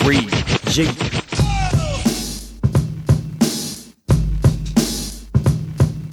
three, G.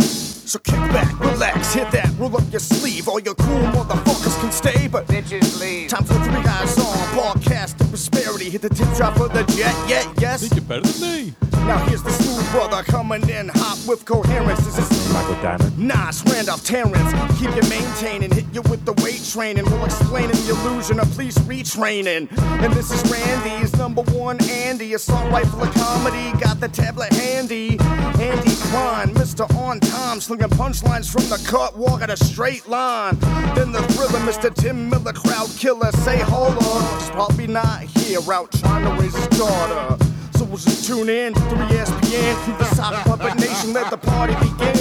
So kick back, relax, hit that, roll up your sleeve. All your cool motherfuckers can stay, but Bitches leave. time for three eyes on. Broadcast the prosperity, hit the tip drop of the jet, yeah, yes. Think you're better than me. Now here's the smooth brother coming in hot with coherence. This is Michael Diamond. Nas, Randolph, Terrence. Keep you maintaining, hit you with the weight training. We'll explain in the illusion of police retraining. And this is Randy's number one Andy. Assault rifle of comedy, got the tablet handy. Andy Klein, Mr. On Time, slinging punchlines from the cut, walk at a straight line. Then the thriller, Mr. Tim Miller, crowd killer. Say hola, he's probably not here, out trying to raise his daughter. So we'll just tune in to E 3SPN through the Sock Puppet Nation. Let the party begin.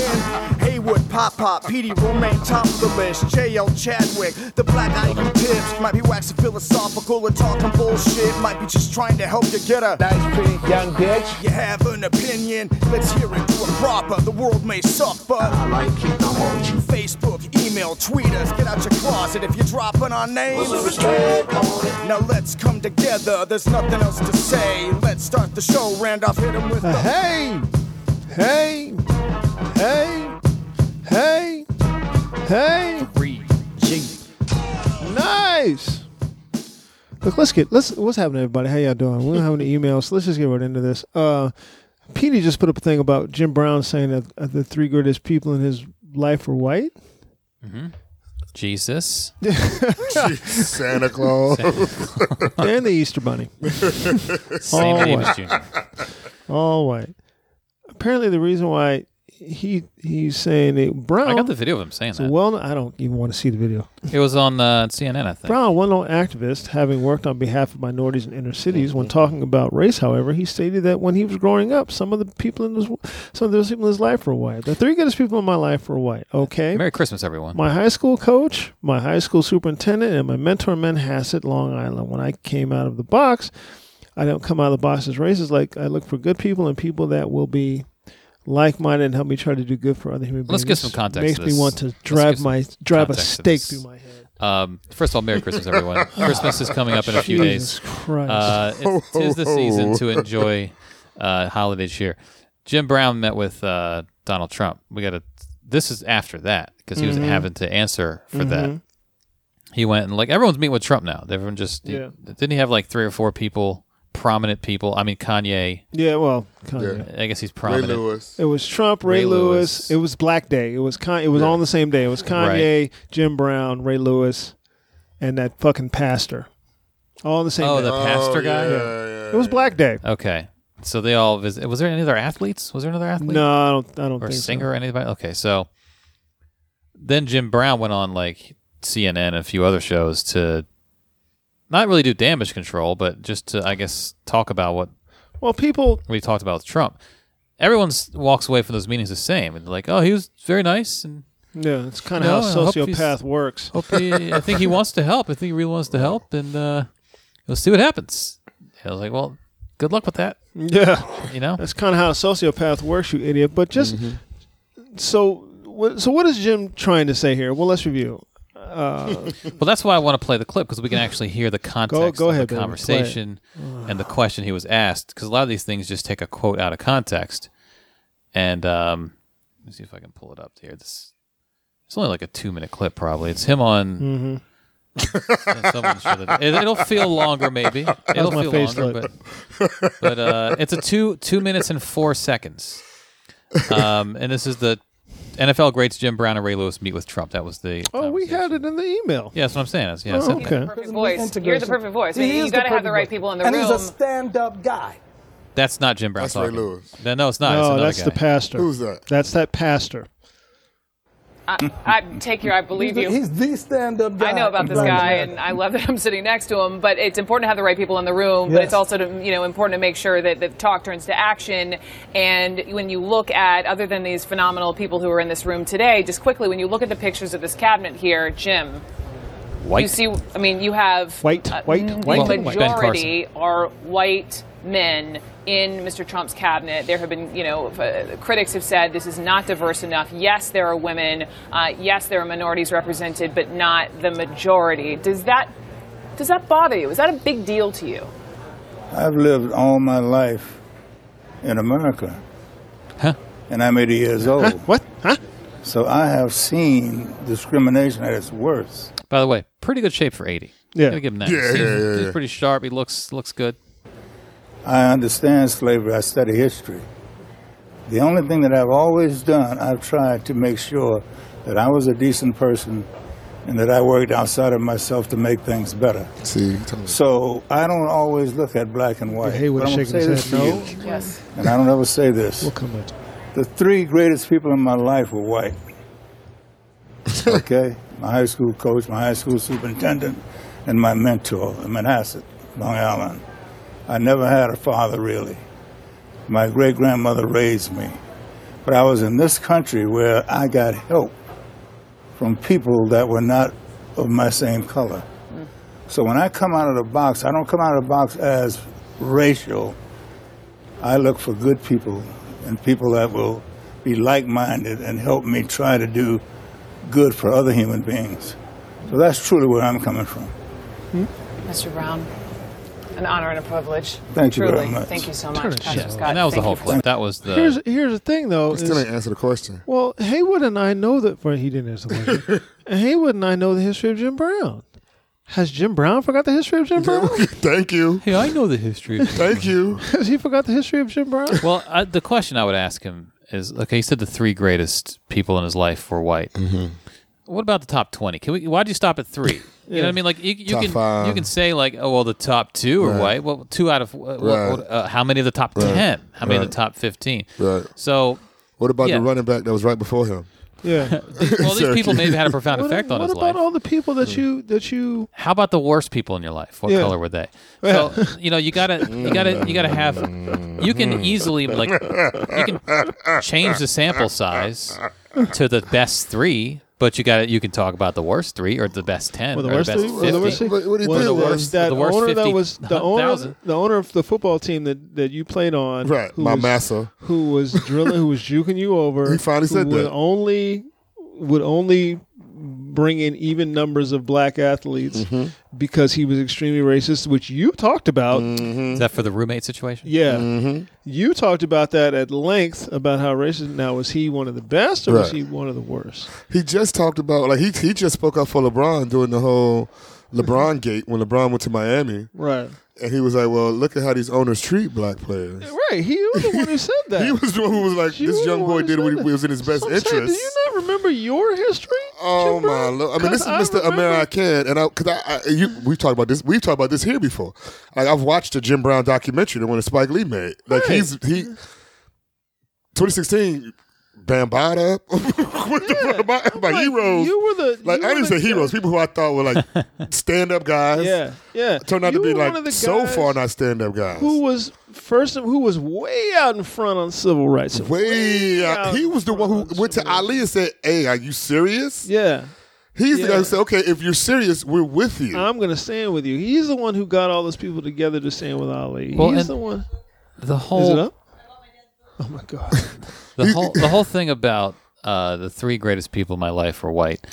Haywood, Pop Pop, Petey Romaine, top of the list. JL Chadwick, the black IU tips. Might be waxing philosophical or talking bullshit. Might be just trying to help you get a. Nice pretty young bitch. You have an opinion, let's hear it through a proper. The world may suck, but I like it, I want you. Facebook, email, tweet us, get out your closet if you're dropping our names. Now let's come together, there's nothing else to say. Let's start the show, Randolph, hit him with the. Hey, hey, hey, hey, hey. Three, G. Nice. Look, let's get let's what's happening, everybody? How y'all doing? We don't have any emails, so let's just get right into this. Uh Petey just put up a thing about Jim Brown saying that uh, the three greatest people in his life were white. Jesus. Santa Claus. and the Easter Bunny. Sammy Oh, Davis Jr. All white. Apparently the reason why he he's saying it Brown I got the video of him saying So that. well, I don't even want to see the video. It was on uh, CNN, I think. Brown, well known activist, having worked on behalf of minorities in inner cities, when talking about race, however, he stated that when he was growing up, some of the people in his some of those people in his life were white. The three greatest people in my life were white. Okay. Merry Christmas, everyone. My high school coach, my high school superintendent, and my mentor in Manhasset, Long Island. When I came out of the box, I don't come out of the box as racist. Like I look for good people and people that will be like-minded and help me try to do good for other human beings. Let's get some context Makes to me this. want to Let's give drive some my drive a context to stake this. through my head. Um, first of all, Merry Christmas, everyone. Christmas is coming up in a few Jesus days. Christ. Uh, it's, tis the ho, season ho. to enjoy uh, holiday cheer. Jim Brown met with uh, Donald Trump. We got to. This is after that because he was having to answer for that. He went and like everyone's meeting with Trump now. Everyone just he- Yeah. didn't he have like three or four people, prominent people. I mean Kanye. yeah, well, Kanye. I guess he's Ray prominent. Lewis. It was Trump, Ray, Ray Lewis. Lewis. It was Black Day. It was Con- It was on the same day. It was Kanye, Jim Brown, Ray Lewis, and that fucking pastor. All on the same Oh, day. the pastor guy. it was Black Day. Okay, so they all visit. Was there any other athletes? Was there another athlete? No, I don't. I don't or think so. singer or anybody. Okay, so then Jim Brown went on like CNN and a few other shows to not really do damage control, but just to I guess talk about what Well, people. we talked about with Trump. Everyone s- walks away from those meetings the same, and like, oh, he was very nice, and Yeah, it's kind No, of I how hope he's- sociopath works. hope he, I think he wants to help. I think he really wants to help, and uh, we'll see what happens. I was like, well, good luck with that, Yeah, you know. that's kind of how a sociopath works, you idiot. But just so. What, so what is Jim trying to say here? Well, let's review. Well, that's why I want to play the clip because we can actually hear the context go of the ahead, baby, play it. conversation and the question he was asked. Because a lot of these things just take a quote out of context. And um, let me see if I can pull it up here. This it's only like a two minute clip, probably. It's him on. Someone's sure that- it, will feel longer, maybe. It'll Mm-hmm. my feel face longer, but but uh, it's a two two minutes and four seconds. Um, and this is the NFL greats Jim Brown and Ray Lewis meet with Trump. That was the Oh, we conversation. had it in the email. Yeah, that's what I'm saying. That's- yeah, I Oh, said that. okay. perfect voice. You're the perfect voice. I mean, you got to have the right people in the and room. he's a stand-up guy. That's not Jim Brown That's Ray talking. Lewis. No, no, it's not. it's No, another Oh, that's guy. the pastor. Who's that? That's that pastor. I, I take your, I believe you. He's the stand-up guy. I know about this Right. guy, and I love that I'm sitting next to him. But it's important to have the right people in the room. But Yes. it's also, to, you know, important to make sure that the talk turns to action. And when you look at, other than these phenomenal people who are in this room today, just quickly, when you look at the pictures of this cabinet here, Jim, White. you see, I mean, you have White, white, n- white. The Ben majority are white men in Mr. Trump's cabinet. There have been, you know, uh, critics have said this is not diverse enough. Yes, there are women. Uh, yes, there are minorities represented, but not the majority. Does that does that bother you? Is that a big deal to you? I've lived all my life in America. Huh? And I'm 80 years old. What? Huh? So I have seen discrimination at its worst. By the way, pretty good shape for eighty. Yeah. Gotta give him that. Yeah, he's, yeah, yeah, he's yeah. pretty sharp. He looks looks good. I understand slavery. I study history. The only thing that I've always done, I've tried to make sure that I was a decent person and that I worked outside of myself to make things better. See, you told me. So I don't always look at black and white. Yeah, he but was I'm gonna shaking say his this head to no. you, Yes. and I don't ever say this. We'll come with. The three greatest people in my life were white. okay? My high school coach, my high school superintendent, and my mentor in Manhasset, Long Island. I never had a father, really. My great grandmother raised me. But I was in this country where I got help from people that were not of my same color. So when I come out of the box, I don't come out of the box as racial. I look for good people and people that will be like minded and help me try to do good for other human beings. So that's truly where I'm coming from. Mr. Brown, an honor and a privilege. Thank you Truly. very much. Thank you so Turn much, it Pastor down. Scott. And that was Thank the whole you for- clip. That was the Here's here's the thing though. He still is- ain't answer the question. Well, Haywood and I know that. Well, he didn't answer the question. Haywood and I know the history of Jim Brown. Has Jim Brown forgot the history of Jim Brown? Thank you. Hey, I know the history. Thank you. Has he forgot the history of Jim Brown? well, I, the question I would ask him is: Okay, he said the three greatest people in his life were white. Mm-hmm. What about the top twenty? Can we? Why'd you stop at three? You know what I mean? Like you, you Top can five. you can say like, oh well, the top two are white. Well, two out of uh, Right. what, uh, how many of the top Right. ten? How many of Right. the top fifteen? Right. So, What about Yeah. the running back that was right before him? Yeah. well, these people Seriously. maybe had a profound What, effect on what his about life. all the people that you that you? how about the worst people in your life? What Yeah. color were they? So you know you gotta you gotta you gotta have you Mm. can easily like you can change the sample size to the best three, but you gotta you can talk about the worst three or the best ten Well, the or worst the best three. well, fifty. the worst three. What- what do you was think the that- worst- That the worst owner that 50 was the owner, 1,000. the owner of the football team that, that you played on. Right, who my was, massa. who was drilling, who was juking you over. He finally who said would that. Only would only bring in even numbers of black athletes Mm-hmm. because he was extremely racist, which you talked about. Mm-hmm. Is that for the roommate situation? Yeah, you talked about that at length about how racist. Now, was he one of the best or was he Right. one of the worst? He just talked about like he he just spoke up for LeBron during the whole LeBron gate when LeBron went to Miami, Right, and he was like, "Well, look at how these owners treat black players." right. He was the one who said that. He was the one who was like, You "This young boy wanna did what he say was in his best I'm saying, interest." do you not remember your history? Oh Jim Brown? my lord! I mean, this is 'Cause Mr. remember- American, and I because I, I you, we've talked about this. We've talked about this here before. Like I've watched the Jim Brown documentary, the one that Spike Lee made. Like Right. he's he. 2016, Bambada. what the fuck? My, my Like, heroes. You were the like you I were didn't the say heroes. guy- People who I thought were like stand-up guys. Yeah, yeah. Turned out You to be were one of the like so guys far not stand-up guys. Who was first? Who was way out in front on civil rights? Way out. out He was the one front who on went to civil rights. Ali and said, "Hey, are you serious?" Yeah, He's the guy Yeah. who said, "Okay, if you're serious, we're with you." I'm gonna stand with you. He's the one who got all those people together to stand with Ali. Well, He's and- the one. The Is it whole up? Oh my god. the whole the whole thing about uh, the three greatest people in my life were white.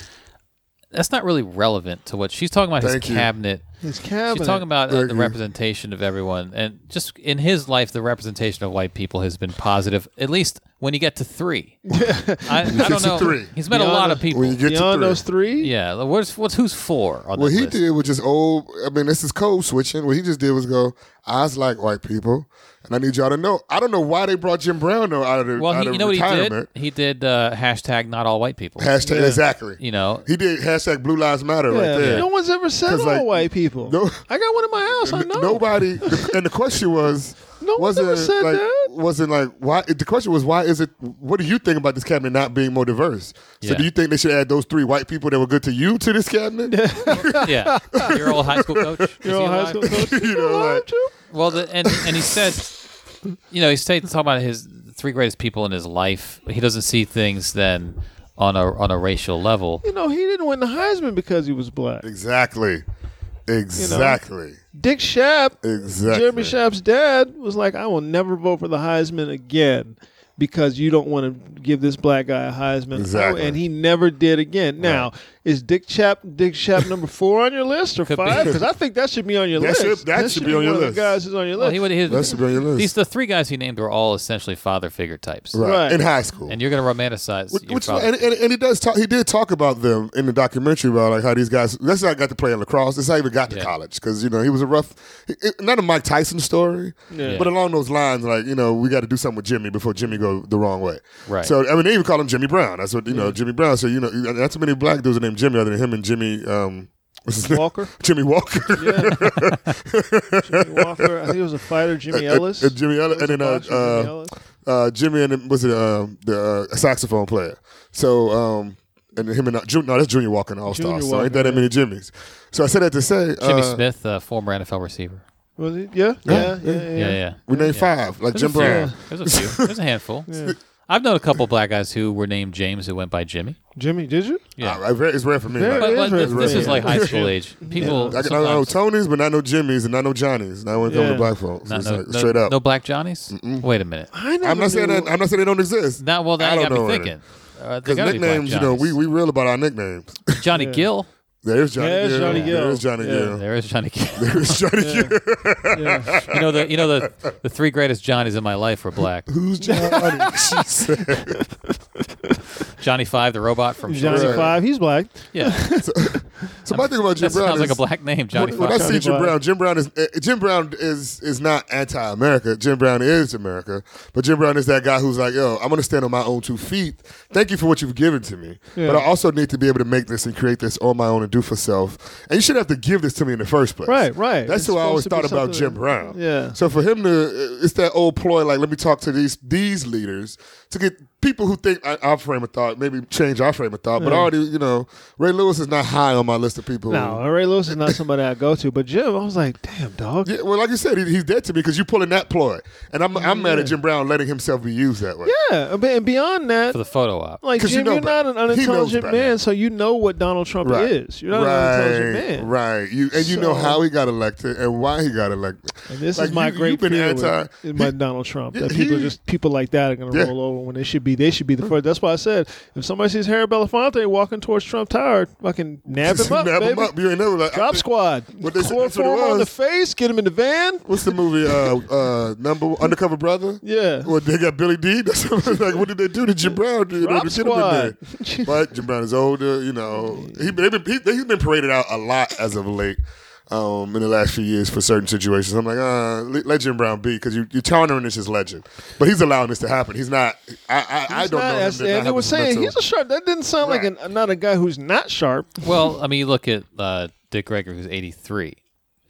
That's not really relevant to what she's talking about. Thank his you. cabinet. His cabinet. She's talking about uh, Thank the you. representation of everyone, and just in his life, the representation of white people has been positive. At least when you get to three, I, I get don't to know. three. He's met a lot of people. when you get to Beyond three. those three. yeah, what's what's who's four on What this he list? did was just old. I mean, this is code switching. What he just did was go, I just like white people, and I need y'all to know. I don't know why they brought Jim Brown though out of the, Well, out he, of you know what he did? retirement. He did uh, hashtag not all white people. Hashtag exactly. You know, he did hashtag Blue Lives Matter Yeah. right there. No one's ever said all 'Cause, like, white people. no- I got one in my house. I N- know. Nobody. the- and the question was. No one wasn't ever said like, that. wasn't like why the question was why is it what do you think about this cabinet not being more diverse so Yeah. do you think they should add those three white people that were good to you to this cabinet yeah, your old high school coach. Is he Your old high alive? school coach. you know like Well, the, and and he said, you know, he's ta- talking about his three greatest people in his life. He doesn't see things then on a on a racial level. You know, he didn't win the Heisman because he was black. exactly exactly Dick Shapp, exactly Jeremy Shapp's dad, was like, I will never vote for the Heisman again. because you don't want to give this black guy a Heisman. Exactly. Oh, and he never did again. Now, is Dick Chap Dick Chap number four on your list or Could be. five? Because I think that should be on your That list. should- that should be on one your of the list. guys who's on your list. Well, he would. His, That should be on your list. These the three guys he named were all essentially father figure types, right. Right. in high school. and you're going to romanticize Which, your which father. and, and, and he does talk, he did talk about them in the documentary about like how these guys that's how I got to play in lacrosse that's how I even got to Yeah. college because you know he was a rough it, not a Mike Tyson story but along those lines like you know we got to do something with Jimmy before Jimmy go the wrong way Right. so I mean they even call him Jimmy Brown that's what you know Jimmy Brown so you know not too many black dudes are named Jimmy other than him and Jimmy um what's his name? Walker? Jimmy Walker Jimmy Walker. I think it was a fighter, Jimmy Ellis. and Jimmy Ellis, It and was then a uh, boxer, Jimmy uh, Ellis. uh, Jimmy and then- was it uh, the uh, saxophone player? So um, and him and Jim, no, that's Junior Walker and All Star. Junior So ain't Walker, that that many Jimmys? So I said that to say Jimmy uh, Smith, uh, former NFL receiver. Was it? Yeah, yeah, yeah, yeah. Yeah, yeah. We named five like Jim Brown. There's a few. There's a handful. I've known a couple black guys who were named James who went by Jimmy. Jimmy, did you? Yeah. Uh, it's rare- it's rare for me. Very Like, But like, rare. this, this is Yeah. like high school age. People I, can- I know sometimes- Tonys, but not no Jimmys and not no Johnnies. Now when it comes Yeah. to black folks, not- it's no, like, no- straight up. no black Johnnies. Wait a minute. I never I'm not saying knew- that. I'm not saying they don't exist. Not well. That I got don't me know thinking. Uh, they Because gotta be black nicknames, you know, we Johnnies. we real about our nicknames. Johnny Gill. There's Johnny. There's Gill. Johnny Gill. There's Johnny Yeah. Gill. There is Johnny Gill. There's Johnny Gill. you know the you know the the three greatest Johnnies in my life were black. Who's Johnny? She said. Johnny Five, the robot from Johnny Short- Right. Five. He's black. Yeah, So my thing about Jim that Brown sounds is like a black name, Johnny when, when I Five. see Jim Brown. Brown, Jim Brown is uh, Jim Brown is is not anti-America. Jim Brown is America, but Jim Brown is that guy who's like, yo, I'm gonna stand on my own two feet. Thank you for what you've given to me, but I also need to be able to make this and create this on my own and do for self. And you should have to give this to me in the first place. Right, right. That's It's who I supposed always to be thought about something- Jim Brown. Yeah. So for him to, eh, it's that old ploy. Like, let me talk to these these leaders to get people who think I- our frame of thought, maybe change our frame of thought. But already, you know, Ray Lewis is not high on my list of people. No, Ray Lewis is not somebody I go to, but Jim, I was like, damn, dog. Yeah, well, like you said, he, he's dead to me because you're pulling that ploy, and I'm I'm mad at Jim Brown letting himself be used that way. Yeah, but- and beyond that, for the photo op. like 'Cause you Jim, know you are not better. an He knows unintelligent better. man, so you know what Donald Trump is. You're not an right, unintelligent man. right. You and you know So- how he got elected and why he got elected. And this Like, is my you- great you've been fear anti- with, with my Donald Trump. That he- people just people like that are going to Yeah. Hmm. roll over when they should be. They should be the first. That's why I said if somebody sees Harry Belafonte walking towards Trump Tower, fucking nab him up, Nab him baby. up. You ain't never like I Drop think- squad. What they- that's what it Chloroform on the was. face. Get him in the van. What's the movie? Uh, uh, number Undercover Brother. Yeah. Well, they got Billy D. That's what I was like, what did they do to Jim Brown? Dude, Drop to get him in squad. there? But Jim Brown is older. You know, he, they been, he, he's been paraded out a lot as of late. Um, in the last few years for certain situations, I'm like, uh, let let Jim Brown be because you, you're countering this as legend, but he's allowing this to happen. He's not. I I, I He's don't not- know. Him as to not Andy have was this saying, mental- he's a sharp. That didn't sound like Right. an, not a guy who's not sharp. Well, I mean, you look at uh, Dick Gregory, who's 83,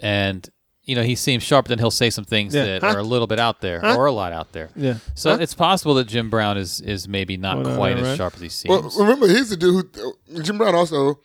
and you know he seems sharp. Then he'll say some things Yeah. that Huh? are a little bit out there, or a lot out there. Yeah. So it's possible that Jim Brown is is maybe not Well, no, quite no, as right. sharp as he seems. Well, remember, he's the dude who Jim Brown also.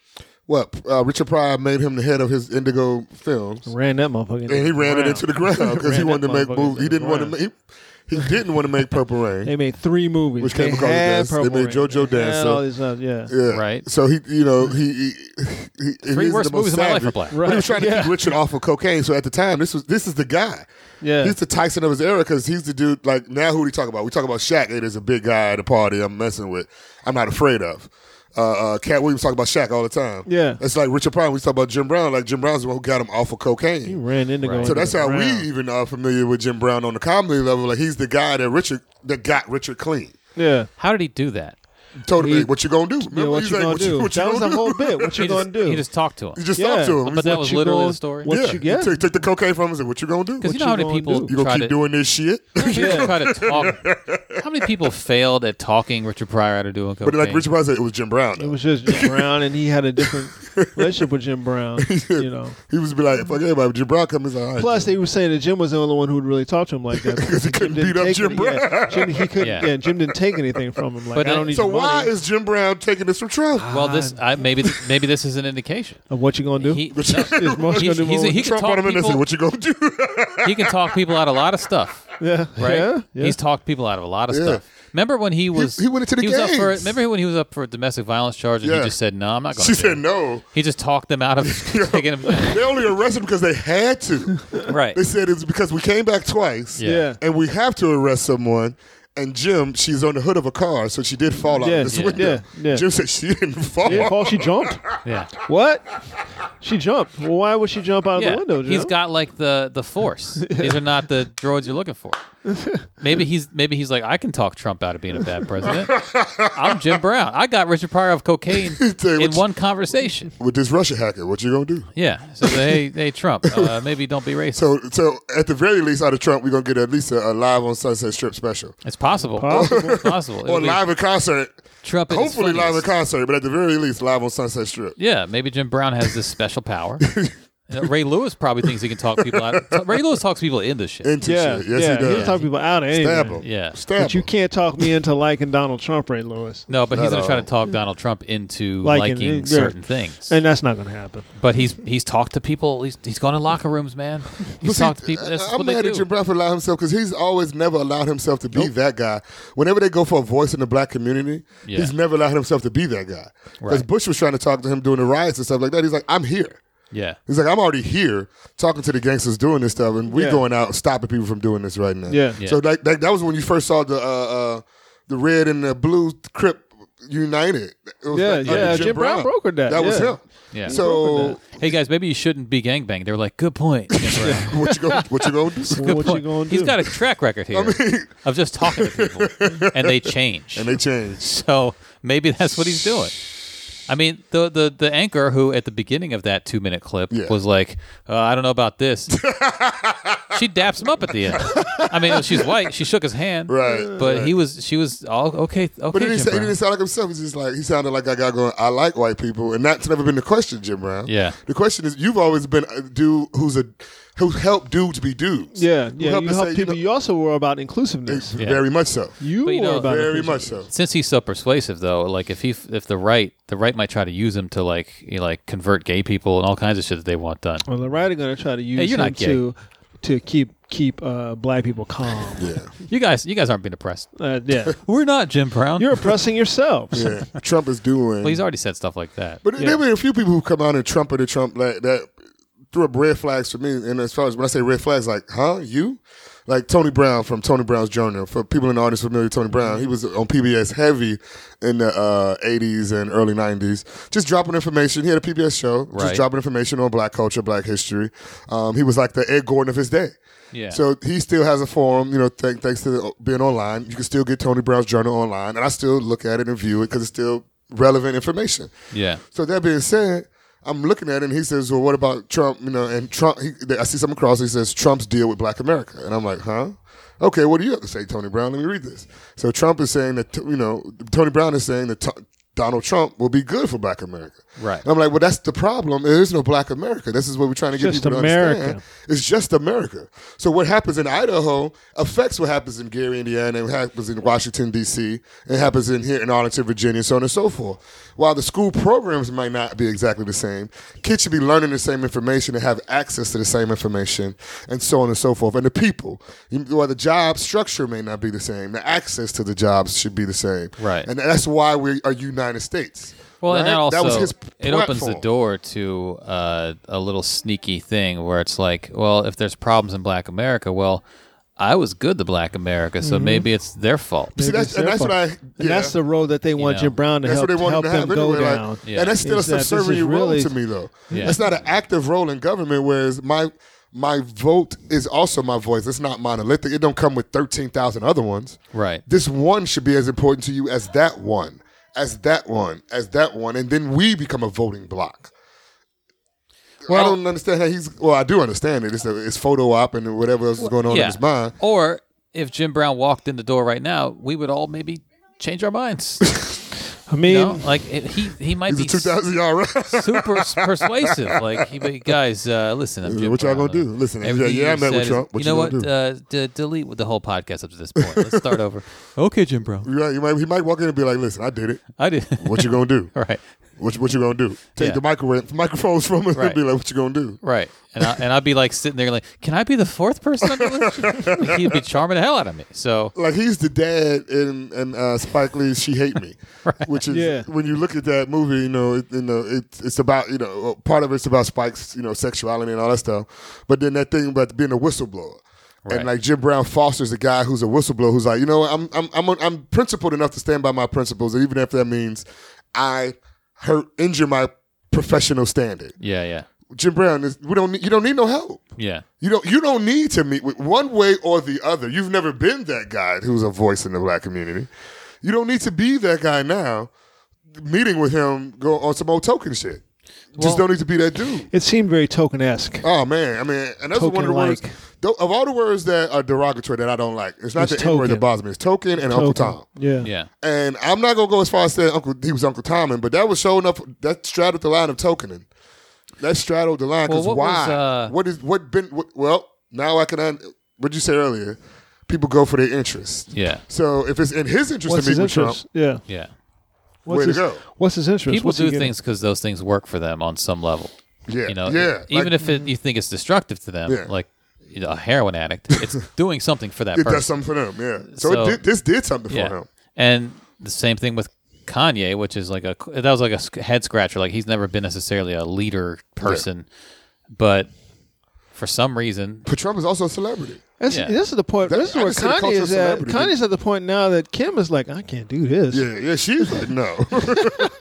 What uh, Richard Pryor made him the head of his Indigo Films. Ran that motherfucker. into and he the ran it ground. into the ground because he Ran wanted that to make motherfucker move. into He the didn't want to ground. make. He, he didn't want to make Purple Rain, They made three movies. which they came because of had dance. They Purple made Rain. JoJo They had dance. all So, these other- yeah. yeah. Right. So he, you know, he. he, he- he Three he's worst the movies most of my life savage. are black. But he was Right. trying to keep Richard off of cocaine. So at the time, this was this is the guy. Yeah. He's the Tyson of his era because he's the dude. Like now, who do we talk about? We talk about Shaq. Hey, there's a big guy at a party. I'm messing with. I'm not afraid of. Uh, uh, Cat Williams talk about Shaq all the time. Yeah. it's like Richard Pryor. We talk about Jim Brown. Like Jim Brown's the one who got him off of cocaine. He ran into going So that's into the how we ground. even are familiar with Jim Brown on the comedy level. Like he's the guy that Richard that got Richard clean. Yeah. How did he do that? Told him, He- hey, what you gonna do? Yeah, Remember, what he's you like, gonna what do? You, what you that was gonna the do? whole bit. What you He just- gonna do? He just talked to him. You just Yeah. talked to him. But that was you literally gonna- the story. What yeah, you get? Took, took the cocaine from us and what you gonna do? Because you know you how many gonna people do? you gonna try keep to doing this shit? people try to talk. How many people failed at talking Richard Pryor out of doing cocaine? but like Richard Pryor said, it was Jim Brown. It though. was just Jim Brown, and he had a different relationship with Jim Brown. You know. He was be like, fuck everybody. Jim Brown comes. All right, Plus, they were saying that Jim was the only one who would really talk to him like that because he couldn't didn't beat up take Jim any- Yeah, Jim, he couldn't. Yeah. Yeah. Jim didn't take anything from him. Like But I don't then- need so your why money. Ah, is Jim Brown taking this from Trump? well, this I, maybe maybe this is an indication. of what you gonna do? He, Richard- no, Is Musk He's- he's a- gonna do more he with- can Trump talk on him and they people- said, what you gonna do? he can talk people out of a lot of stuff. yeah, right? yeah, yeah. He's talked people out of a lot of Yeah. stuff. Remember when he was he went into the he was up for gangs. remember when he was up for a domestic violence charge and Yeah. he just said no, I'm not going. she to said no. He just talked them out of taking him. They only arrested him because they had to. Right. They said it's because we came back twice. Yeah. Yeah. and we have to arrest someone And Jim, she's on the hood of a car, so she did fall out Yeah, of this yeah, window. yeah, yeah. Jim said she didn't fall. Yeah, Paul, she jumped. Yeah. What? She jumped. Well, why would she jump out of Yeah. the window? he's Joe? got like the the force. These are not the droids you're looking for. Maybe he's maybe he's like I can talk Trump out of being a bad president. I'm Jim Brown. I got Richard Pryor of cocaine Tell you in what- one conversation. With this Russia hacker, what you gonna do? Yeah. So hey hey Trump, uh, maybe don't be racist. So, so at the very least, out of Trump, we're gonna get at least a, a live on Sunset Strip special, it's possible. Possible. It's possible. It'll or be live in concert. Trump. at his Hopefully, live in funniest. concert, but at the very least, live on Sunset Strip. Yeah, maybe Jim Brown has this special power. You know, Ray Lewis probably thinks he can talk people out. Ray Lewis talks people into shit. Into yeah, shit. Yes, yeah. he does. He's talking people out of anything. Stab him. Yeah. Stab But you him. can't talk me into liking Donald Trump, Ray Lewis. No, but he's Not going at to try to all. talk Donald Trump into Liking liking, it, yeah. certain things. And that's not going to happen. but he's he's talked to people. He's, he's gone in locker rooms, man. He's See, talked to people. That's I- I'm what they mad do. at Jim Brown for allowing himself because he's always never allowed himself to be that guy. Whenever they go for a voice in the black community, Yeah. he's never allowed himself to be that guy. Because Right. Bush was trying to talk to him during the riots and stuff like that. He's like, I'm here. yeah. He's like, I'm already here talking to the gangsters doing this stuff, and we're Yeah. going out and stopping people from doing this right now. Yeah. Yeah. So like that, that was when you first saw the uh, uh, the red and the blue Crip united. It was Yeah, like, under yeah, Jim Brown brokered that, That was yeah. him. Yeah. So Hey guys, maybe you shouldn't be gangbang. They're like, good point. Jim Brown. what you going what you gonna do? Well, Good what you point. going to do? He's got a track record here of just talking to people, and they change. And they changed. So maybe that's what he's doing. I mean, the the the anchor who at the beginning of that two minute clip Yeah. was like, uh, "I don't know about this." she daps him up at the end. I mean, she's white. She shook his hand, Right, But he was, she was all okay. Okay, But he didn't, Jim say, he Brown." didn't sound like himself. He's just like he sounded like a guy going, "I like white people," and that's never been the question, Jim Brown. Yeah. the question is, you've always been a dude who's a who helped dudes be dudes. Yeah, Who yeah. helped you us help say, people. know, You also were about inclusiveness. Yeah. very much so, You, But you were know- about very inclusiveness. much so. Since he's so persuasive, though, like if he if the right the right might try to use him to like you know, like convert gay people and all kinds of shit that they want done. Well, the right are going to try to use you're him not gay. to to keep keep uh, black people calm. Yeah, You guys, you guys aren't being oppressed. uh, yeah. We're not Jim Brown. You're oppressing yourselves. Yeah, Trump is doing. well, he's already said stuff like that. but there been a few people who come out and trumpeted Trump like that threw up red flags for me. And as far as when I say red flags, like, huh, you? Like Tony Brown from Tony Brown's Journal. For people in the audience familiar with Tony Brown, he was on PBS heavy in the uh, 80s and early 90s, just dropping information. He had a PBS show, Right. just dropping information on black culture, black history. Um, he was like the Ed Gordon of his day. Yeah. So he still has a forum, you know, th- thanks to being online. You can still get Tony Brown's Journal online, and I still look at it and view it because it's still relevant information. yeah, So that being said, I'm looking at it and he says, "Well, what about Trump?" You know, and Trump. He, I see something across. He says, "Trump's deal with Black America," and I'm like, "Huh? Okay, what do you have to say, Tony Brown? Let me read this." So Trump is saying that you know Tony Brown is saying that t- Donald Trump will be good for Black America. Right. And I'm like, well, that's the problem. There is no Black America. This is what we're trying to get Just people America. to understand. It's just America. So what happens in Idaho affects what happens in Gary, Indiana, and what happens in Washington D.C. and happens in here in Arlington, Virginia, and so on and so forth. While the school programs might not be exactly the same, kids should be learning the same information and have access to the same information, and so on and so forth. And the people, you- while the job structure may not be the same, the access to the jobs should be the same. Right. And that's why we are United States. Well, and right? that also was his it opens the platform. door to uh, a little sneaky thing where it's like, well, if there's problems in Black America, well, I was good to Black America, so maybe it's their fault. See, that's, and that's what I. And yeah. that's the road that they want know, Jim Brown to That's help, what they want help them to them have go anyway. like- down. Yeah. And that's still Is that a this subservient is really- role to me, though. Yeah. That's not an active role in government, whereas my my vote is also my voice. It's not monolithic. It don't come with 13,000 other ones. Right. This one should be as important to you as that one, as that one, as that one. And then we become a voting block. I Well- don't understand how he's. Well, I do understand it. It's, a, it's photo op and whatever else is going on in his mind. Or if Jim Brown walked in the door right now, we would all maybe change our minds. I mean, you know? Like it, he he might He's a be 2,000 yard run. super s- persuasive. Like, he, but guys, uh, listen, I'm Jim What y'all Brown. gonna do? Listen, Everything yeah, yeah, I you met with said is- Trump. What you know you what? gonna do? Uh, d- delete the whole podcast up to this point. Let's start over. okay, Jim Brown. Right, you might, he might walk in and be like, "Listen, I did it. I did. What you gonna do? all right. What you, what you gonna do? Take Yeah. the microwave, microphones from us Right. and be like, what you gonna do? Right. And I, and I'd be like sitting there like, can I be the fourth person on the list? Like, He'd be charming the hell out of me. So Like he's the dad in and uh, Spike Lee's She Hate Me, which is Yeah. when you look at that movie, you know, it, you know, it's it's about you uh, know part of it's about Spike's you know sexuality and all that stuff, but then that thing about being a whistleblower. Right. And like Jim Brown fosters a guy who's a whistleblower who's like, you know, what, I'm I'm I'm I'm principled enough to stand by my principles, even if that means I hurt injure my professional standing. Yeah, yeah, Jim Brown is we don't need, you don't need no help. yeah. You don't you don't need to meet with one way or the other. You've never been that guy who's a voice in the black community. You don't need to be that guy now. Meeting with him go on some old token shit. Just don't need to be that dude. It seemed very token esque. Oh man, I mean, and that's one of the words. Token-like. Though, of all the words that are derogatory that I don't like, it's not It's the N word token. that bothers me. It's token and Uncle Tom. Yeah. Yeah. And I'm not gonna go as far as saying Uncle he was Uncle Tommen, but that was showing up. That straddled the line of tokening. That straddled the line Well, because what why? was, uh, what is what been? What, well, now I can. Un- what'd you say earlier? People go for their interest. Yeah. So if it's in his interest What's to meet his with Trump, interest? Yeah. Yeah. What's Way to his, go. What's his interest? People What's he do getting? things because those things work for them on some level. yeah, You know, e-, yeah, even like, if it, you think it's destructive to them, Yeah. like you know, a heroin addict, it's doing something for that it person. does something for them. Yeah. So, So- it did, this did something yeah. for him. And the same thing with Kanye, which is like a that was like a sc- head scratcher. Like he's never been necessarily a leader person, but for some reason, But Trump is also a celebrity. That's, Yeah. This is the point. That- this is I where just said a Kanye cultural is at. celebrity. Kanye's at the point now that Kim is like, I can't do this. Yeah, yeah. She's like, no.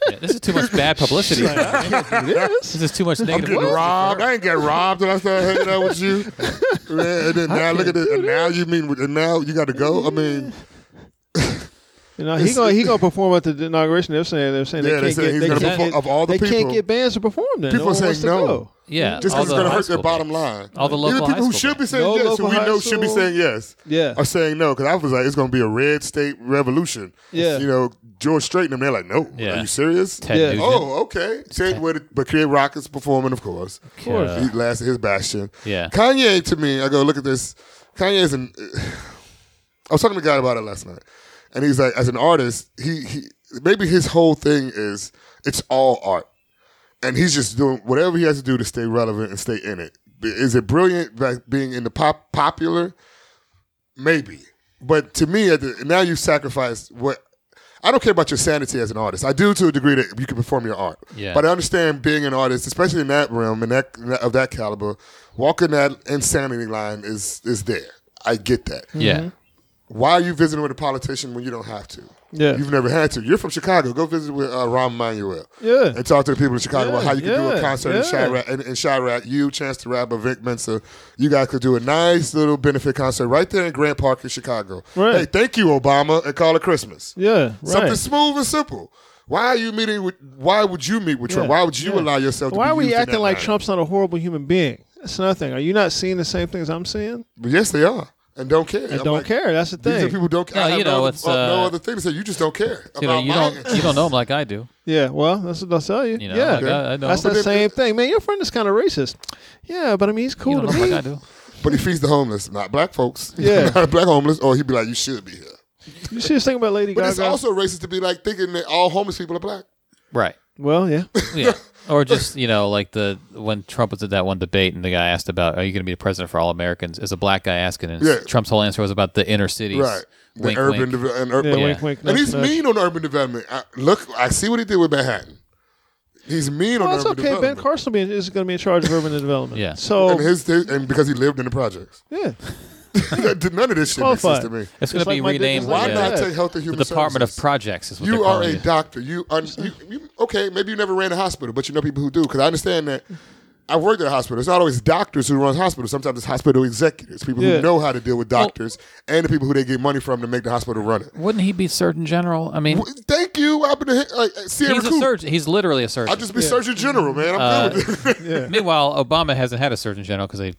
yeah, this is too much bad publicity. This? this is too much negative. getting publicity. robbed. I ain't get robbed when I started hanging out with you. Man, and then now look at it. And now you mean with- and now you got to go. I mean, You know, he gonna he gonna perform at the inauguration. They're saying they're saying Yeah, they can't they said get he's they gonna can't perform- get- of all the they can't people, get bands to perform there. no people one are saying wants to no. Go. Yeah, just all because it's the going to high hurt their school bottom bands. line. All the Even local high people who school should be bands. saying No yes, who local we high know should be school. saying yes, Yeah. are saying no. Because I was like, it's going to be a red state revolution. Yeah. you know, George Strait and them. They're like, no. Yeah. Are you serious? Ted Yeah. Nugent. Oh, okay. Ted Wood, but Kid Rock is performing, of course. Of course. He lasted his bastion. Yeah. Kanye to me, I go look at this. Kanye is an. I was talking to a guy about it last night, and he's like, as an artist, he he maybe his whole thing is it's all art, and he's just doing whatever he has to do to stay relevant and stay in it. Is it brilliant by being in the pop popular? Maybe, but to me, at the, now you've sacrificed what I don't care about your sanity as an artist. I do to a degree that you can perform your art. Yeah. But I understand being an artist, especially in that realm and that of that caliber, walking that insanity line is is there. I get that. Yeah, Why are you visiting with a politician when you don't have to? Yeah. You've never had to. You're from Chicago. Go visit with uh, Rahm Emanuel. Yeah. And talk to the people in Chicago about Yeah, how you can do yeah, a concert in yeah. Chirac. In, in Chirac, you, Chance the Rapper, Vic Mensa, you guys could do a nice little benefit concert right there in Grant Park in Chicago. Right. Hey, thank you, Obama, and call it Christmas. Yeah, right. Something smooth and simple. Why are you meeting with? Why would you meet with Trump? Why would you Yeah. allow yourself? to Why be are we used in acting that like manner? Trump's not a horrible human being? That's another thing. Are you not seeing the same things I'm seeing? But yes, they are, and don't care. I don't care. That's the These are thing. people don't. No, I have you know, no, it's, other, uh, no uh, other thing to say. You just don't care. you know, about you my- don't you don't know him like I do. yeah. Well, that's what I'll tell you. You know, yeah. like I, I know. that's him. the But same if- thing, man. Your friend is kind of racist. Yeah, but I mean, he's You cool don't know to him me. like I do. But he feeds the homeless, not black folks. Yeah. Not black homeless. Or he'd be like, you should be here. You see this thing about Lady But Gaga? it's also racist to be like thinking that all homeless people are black. Right. well, yeah. Yeah. Or just you know, like the when Trump was at that one debate, and the guy asked about, "Are you going to be the president for all Americans?" As a black guy asking, and Yeah. Trump's whole answer was about the inner cities, Right. The Wink, urban wink. deve- and urban. Yeah, Yeah. Wink, wink. and nudge, he's nudge. mean on urban development. I, look, I see what he did with Manhattan. He's mean on Well, it's urban okay. Ben development. Carson will be- is going to be in charge of urban development. Yeah. So and his his- and because he lived in the projects. yeah, None of this shit makes sense qualified. to me. It's going It's to be like my dick renamed is Why like the, that. not take health and the human Department services? of Projects. Is what You they're are calling a it. doctor. You, un, you, you okay? Maybe you never ran a hospital, but you know people who do. Because I understand that. I've worked at a hospital. It's not always doctors who run hospitals. Sometimes it's hospital executives, people Yeah. who know how to deal with doctors and the people who they get money from to make the hospital run it. Wouldn't he be Surgeon General? I mean, W- Thank you. I've been to, like, Sierra he's a Coop. surgeon. Uh, He's literally a I'll surgeon. just be Surgeon General, man. I'm good with it. Meanwhile, Obama hasn't had a Surgeon General because they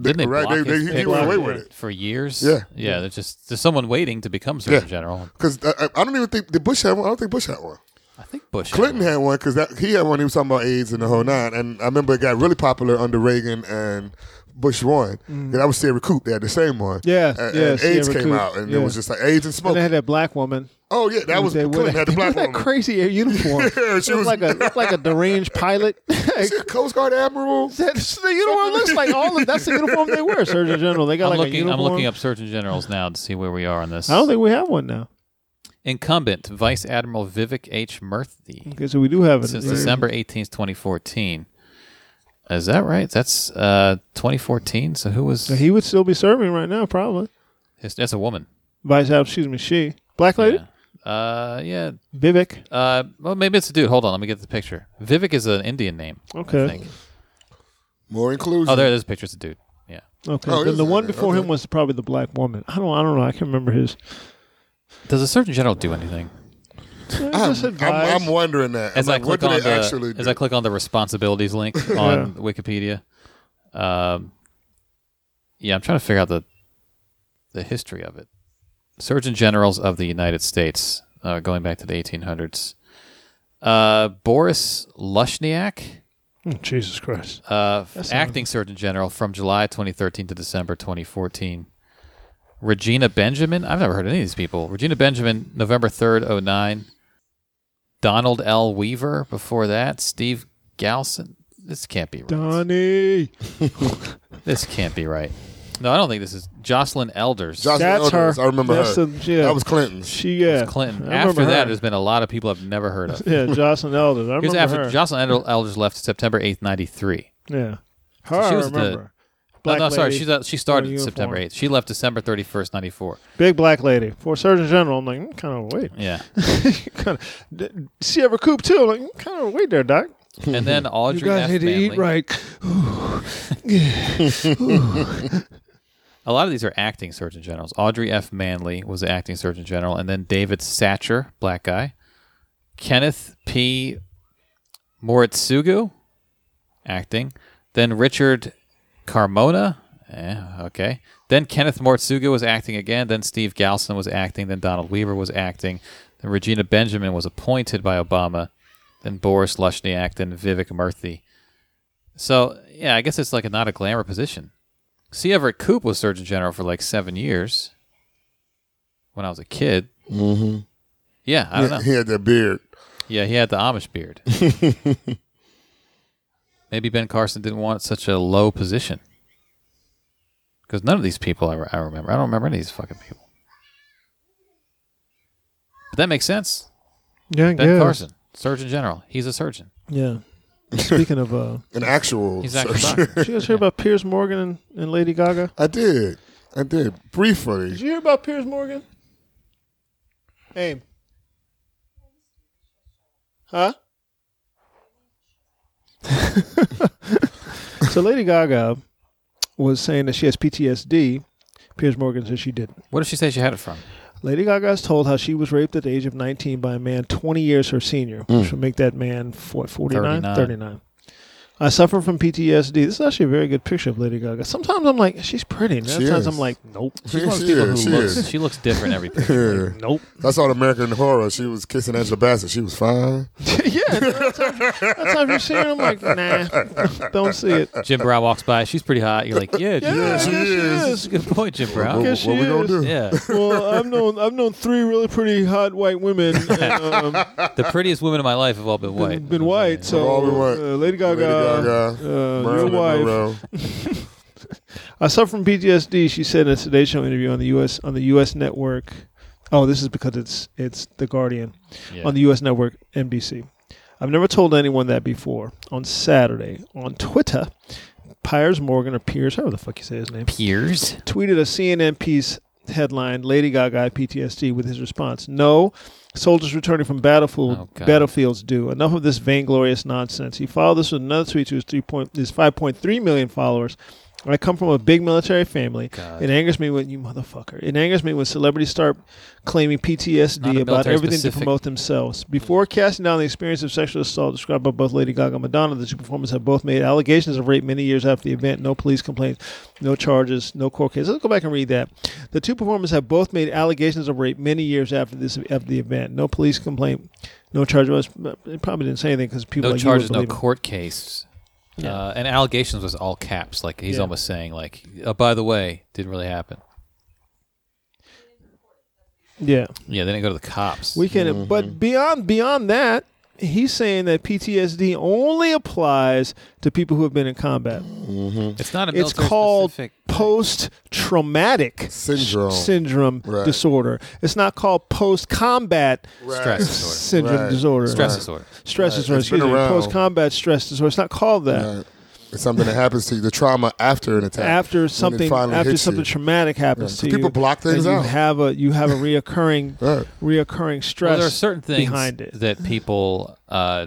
didn't they right, block they- his they- he pick went for- away with it. for years. Yeah. yeah. There's just there's someone waiting to become Surgeon Yeah. General. Because I, I- I don't even think the Bush had one. I don't think Bush had one. I think Bush. had Clinton one. had one because he had one. He was talking about AIDS and the whole nine. And I remember it got really popular under Reagan and Bush one. And that was Sarah Coop. They had the same one. Mm. Yeah, And, yeah, and AIDS Sierra came Coupe, out, and it yeah. was just like AIDS and and they smoking. had that black woman. oh yeah, that was They wore Clinton had the black wore woman. That crazy uniform. Yeah, she looked was- like a looked like a deranged pilot. Is she a Coast Guard admiral. That's the uniform looks like all of that's the uniform they wear. Surgeon General. They got I'm like a looking. I'm uniform. looking up Surgeon Generals now to see where we are on this. I don't think we have one now. Incumbent Vice Admiral Vivek H. Murthy Okay, so we do have it. since Yeah. December 18th, 2014. Is that right? That's uh, 2014. So who was? He would still be serving right now, probably. his- that's a woman. Vice out, excuse me, she. Black lady? Yeah. Uh, yeah. Vivek. Uh, well, maybe it's a dude. Hold on, let me get the picture. Vivek is an Indian name. Okay. I think. More inclusion. Oh, there, there's a picture. It's a dude. Yeah. Okay. Oh, it then is the in one there. before him Okay. was probably the black woman. I don't I don't know. I can't remember his Does the Surgeon General do anything? I'm, Just I'm, advise. I'm wondering that. As I'm I like, click what do on they the actually do? as I click on the responsibilities link on Wikipedia, um, yeah, I'm trying to figure out the the history of it. Surgeon Generals of the United States, uh, going back to the 1800s. Uh, Boris Lushniak. Oh, Jesus Christ. uh, acting Surgeon General from July 2013 to December 2014. Regina Benjamin, I've never heard of any of these people. Regina Benjamin, November 3rd, 09. Donald L. Weaver before that. Steve Galson. This can't be right. Donnie. This can't be right. No, I don't think this is Jocelyn Elders. Jocelyn That's her. Elders, I remember That's her. the- yeah. That was Clinton's. She yeah. Clinton. I remember After that, her. there's been a lot of people I've never heard of. yeah, Jocelyn Elders. I Here's remember after her. Jocelyn Eld- Elders left September 8th, 93. yeah. Her she was I the- remember. No, black no, sorry. lady. She's, uh, she started uniform. September 8th. She left December 31st, 94. Big black lady. For Surgeon General, I'm like, mm, kind of wait. Yeah. kind of, Sierra Coop, too. I'm like, mm, kind of wait there, Doc. And then Audrey F. Manley. right. A lot of these are acting surgeon generals. Audrey F. Manley was the acting surgeon general, and then David Satcher, black guy, Kenneth P. Moritsugu, acting, then Richard Carmona, eh, okay, then Kenneth Moritsugu was acting again, then Steve Galson was acting, then Donald Weaver was acting, then Regina Benjamin was appointed by Obama, then Boris Lushniak, then Vivek Murthy. So yeah, I guess it's like a, not a glamour position. C. Everett Koop was Surgeon General for like seven years when I was a kid. Mm-hmm. Yeah, I don't know. He had that beard. Yeah, he had the Amish beard. Maybe Ben Carson didn't want such a low position because none of these people I, re- I remember. I don't remember any of these fucking people. But that makes sense. Yeah, Ben yeah. Carson, Surgeon General. He's a surgeon. Yeah. Speaking of, uh, An actual. He's actually. a surgeon. doctor. did you guys hear about Piers Morgan and, and Lady Gaga? I did. I did. Briefly. Did you hear about Piers Morgan? Aim. Huh? so Lady Gaga was saying that she has PTSD. Piers Morgan says she didn't. What did she say she had it from? Lady Gaga is told how she was raped at the age of 19 by a man 20 years her senior, Hmm. which would make that man what, 49? 39. 39. I suffer from PTSD. This is actually a very good picture of Lady Gaga. Sometimes I'm like, she's pretty. And She other times is. I'm like, nope. She, One of those she people who is. She looks- is. she looks different every picture. Yeah. Nope. That's all American Horror. She was kissing Angela Bassett. She was fine. yeah. That's how you see it. I'm like, nah, don't see it. Jim Brown walks by. She's pretty hot. You're like, yeah, Jim Yeah, Brown. I she guess she is. That's a good point, Jim Brown. Guess what she we gonna is. do? Yeah, Well, I've known I've known three really pretty hot white women, and, um, the prettiest women in my life have all been white. been white. So All we want. uh, Lady Gaga, Lady Gaga. uh, your Marilyn wife. Monroe. I suffer from PTSD, she said in a Today Show interview on the U.S. on the U.S. network. Oh, this is because it's it's the Guardian Yeah. on the U.S. network NBC. I've never told anyone that before. On Saturday on Twitter, Piers Morgan or Piers, however the fuck you say his name, Years. tweeted a CNN piece headlined "Lady Gaga PTSD" with his response: "No, soldiers returning from battlefield Oh, God. battlefields do enough of this vainglorious nonsense." He followed this with another tweet to his three point his five point three million followers. I come from a big military family. It angers me when you motherfucker. It angers me when celebrities start claiming Not PTSD a about military everything to specific. promote themselves. Before casting down the experience of sexual assault described by both Lady Gaga and Madonna, the two performers have both made allegations of rape many years after the event. No police complaints, no charges, no court cases. Let's go back and read that. The two performers have both made allegations of rape many years after this after the event. No police complaint, no charges. It probably didn't say anything because people No like charges, you no would believe it. court case. Uh, and allegations was all caps. Like he's Yeah. almost saying, like, oh, by the way, didn't really happen. Yeah. Yeah, they didn't go to the cops. We can, Mm-hmm. but beyond beyond that, he's saying that PTSD only applies to people who have been in combat. it's not a It's military called specific. post-traumatic Syndrome. syndrome Right. disorder. It's not called post-combat Stress disorder. syndrome Right. disorder. Stress disorder. Stress disorder. It's been Excuse me. around. Post-combat stress disorder. It's not called that. Right. It's something that happens to you. The trauma after an attack. when after it something finally after hits something you. traumatic happens Yeah. to you, People block then things you out. Have a you have a reoccurring Right. reoccurring stress. Well, there are certain things behind it. that people, uh,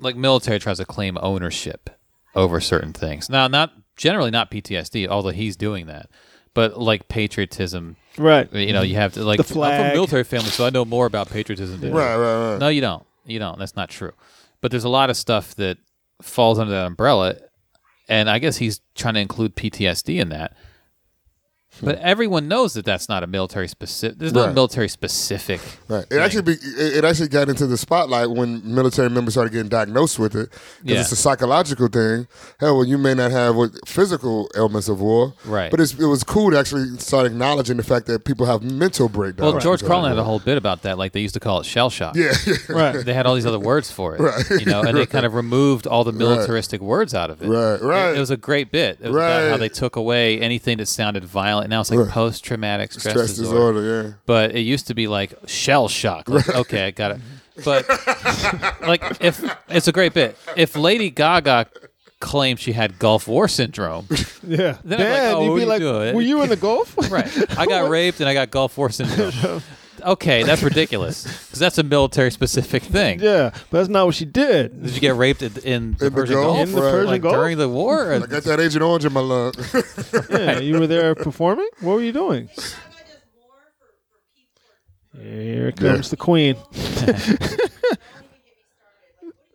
like military, tries to claim ownership over certain things. Now, not generally not PTSD, although he's doing that, but like patriotism. right. You know, you have to like. The I'm flag. from a military family, so I know more about patriotism than you. Right, right, right. No, you don't. You don't. That's not true. But there's a lot of stuff that falls under that umbrella, and I guess he's trying to include PTSD in that. But everyone knows that that's not a military specific. There's no Hmm. Right. military specific. Right. It actually be, it it actually got into the spotlight when military members started getting diagnosed with it because Yeah. it's a psychological thing. Hell, well, you may not have what physical ailments of war, Right. But it's, it was cool to actually start acknowledging the fact that people have mental breakdowns. Well, George during Carlin had a war. whole bit about that. Like they used to call it shell shock. Yeah, Right. they had all these other words for it. You know, and they kind of removed all the militaristic words out of it. Right, right. It, it was a great bit. It was about Right. how they took away anything that sounded violent. Now it's like post traumatic stress, stress disorder. disorder. Yeah. But it used to be like shell shock. Like, okay, I got it. But like, if it's a great bit, if Lady Gaga claimed she had Gulf War syndrome, Yeah. Then, I'd be like, oh, you'd what be you like, doing? were you in the Gulf? Right. I got raped and I got Gulf War syndrome. Okay, that's ridiculous because that's a military specific thing. Yeah, but that's not what she did. Did you get raped in, in the In the Persian Gulf? Gulf? In the Right. Persian Like, Gulf? during the war? I got that Agent Orange in my lung. Yeah, you were there performing. What were you doing? Here comes the queen.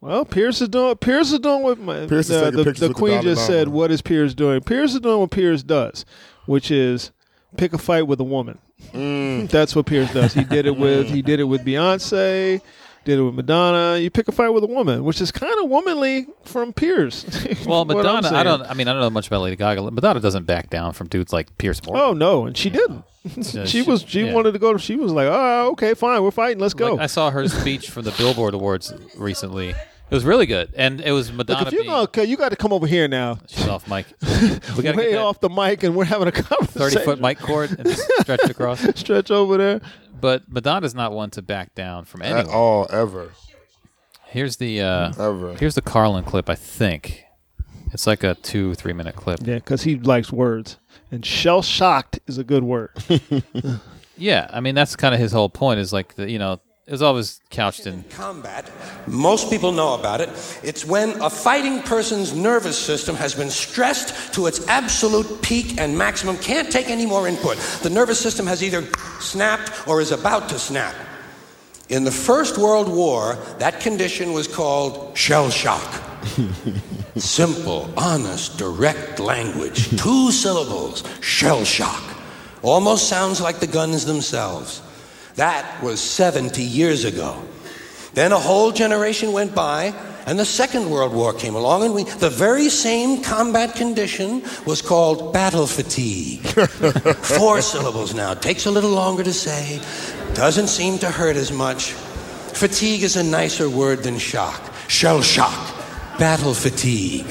Well, Pierce is doing. Pierce is doing what my, Pierce is the, taking the, pictures the with the queen Dalai just said. Lama. What is Pierce doing? Pierce is doing what Pierce does, which is pick a fight with a woman. Hmm. That's what Pierce does. He did it with he did it with Beyonce, did it with Madonna. You pick a fight with a woman, which is kind of womanly from Pierce. well, What I'm Madonna, I saying. don't. I mean, I don't know much about Lady Gaga. Madonna doesn't back down from dudes like Pierce Morgan. Oh no, and she didn't. So she was she yeah. wanted to go. She was like, oh, okay, fine, we're fighting. Let's go. Like, I saw her speech from the Billboard Awards recently. It was really good, and it was Madonna. Look, if you being, gonna, okay, you got to come over here now. she's off mic. We got to Way get off the mic, and we're having a conversation. thirty foot mic cord and just stretch it across. stretch over there. But Madonna's not one to back down from At anyone. all, ever, Here's the uh, ever. Here's the Carlin clip, I think. It's like a two, three minute clip. Yeah, because he likes words, and shell shocked is a good word. Yeah, I mean that's kind of his whole point. Is like the you know it was always couched in. Combat, most people know about it. It's when a fighting person's nervous system has been stressed to its absolute peak and maximum, can't take any more input. The nervous system has either snapped or is about to snap. In the First World War, that condition was called shell shock. Simple, honest, direct language. Two syllables shell shock. Almost sounds like the guns themselves. That was 70 years ago. Then a whole generation went by, and the Second World War came along, and we, the very same combat condition was called battle fatigue. Four syllables now. Takes a little longer to say, doesn't seem to hurt as much. Fatigue is a nicer word than shock. Shell shock. Battle fatigue.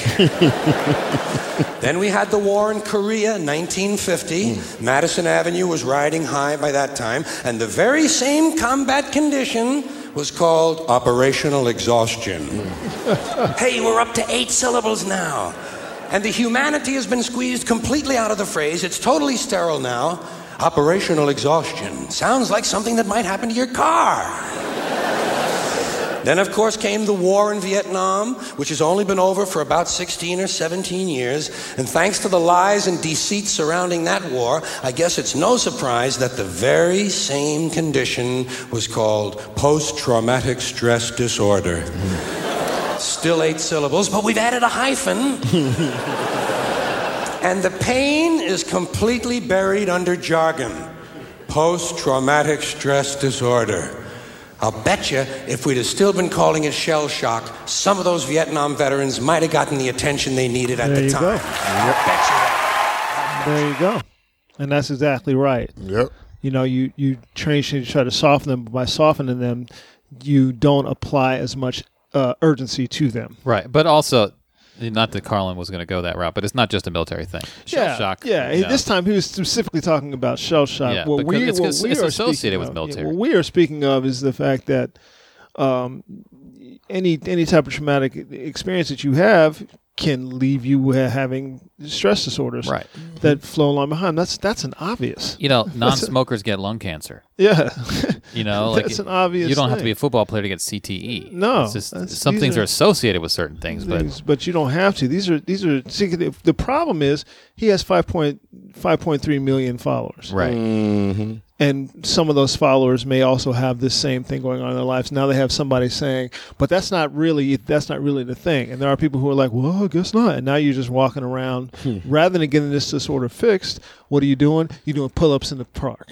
Then we had the war in Korea, 1950. Madison Avenue was riding high by that time, and the very same combat condition was called operational exhaustion. hey, we're up to eight syllables now. And the humanity has been squeezed completely out of the phrase. It's totally sterile now. Operational exhaustion sounds like something that might happen to your car. Then, of course, came the war in Vietnam, which has only been over for about 16 or 17 years. And thanks to the lies and deceit surrounding that war, I guess it's no surprise that the very same condition was called post traumatic stress disorder. Still eight syllables, but we've added a hyphen. and the pain is completely buried under jargon post traumatic stress disorder. I'll bet you if we'd have still been calling it shell shock, some of those Vietnam veterans might have gotten the attention they needed at There the you time. go. I'll bet you that. There you go, and that's exactly right. Yep. you know you you train should try to soften them but by softening them you don't apply as much uh, urgency to them Right, but also not that Carlin was going to go that route, but it's not just a military thing. Shell yeah, shock. yeah. you know. This time he was specifically talking about shell shock. Yeah, what we, because it's- what it's- we it's are associated speaking with of- military. what we are speaking of is the fact that um, any any type of traumatic experience that you have can leave you ha- having stress disorders Right. that flow along behind. That's that's an obvious. You know, non-smokers get lung cancer. Yeah. You know, like That's an obvious You don't have to thing. be a football player to get CTE. No, it's just that's- some these things are- are associated with certain things, but things, but you don't have to. These are these are see, the the problem is he has 5.5.3 million followers. right. And some of those followers may also have this same thing going on in their lives. Now they have somebody saying, "But that's not really that's not really the thing." And there are people who are like, "Well, I guess not." And now you're just walking around Hmm. rather than getting this disorder fixed. What are you doing? You're doing pull-ups in the park.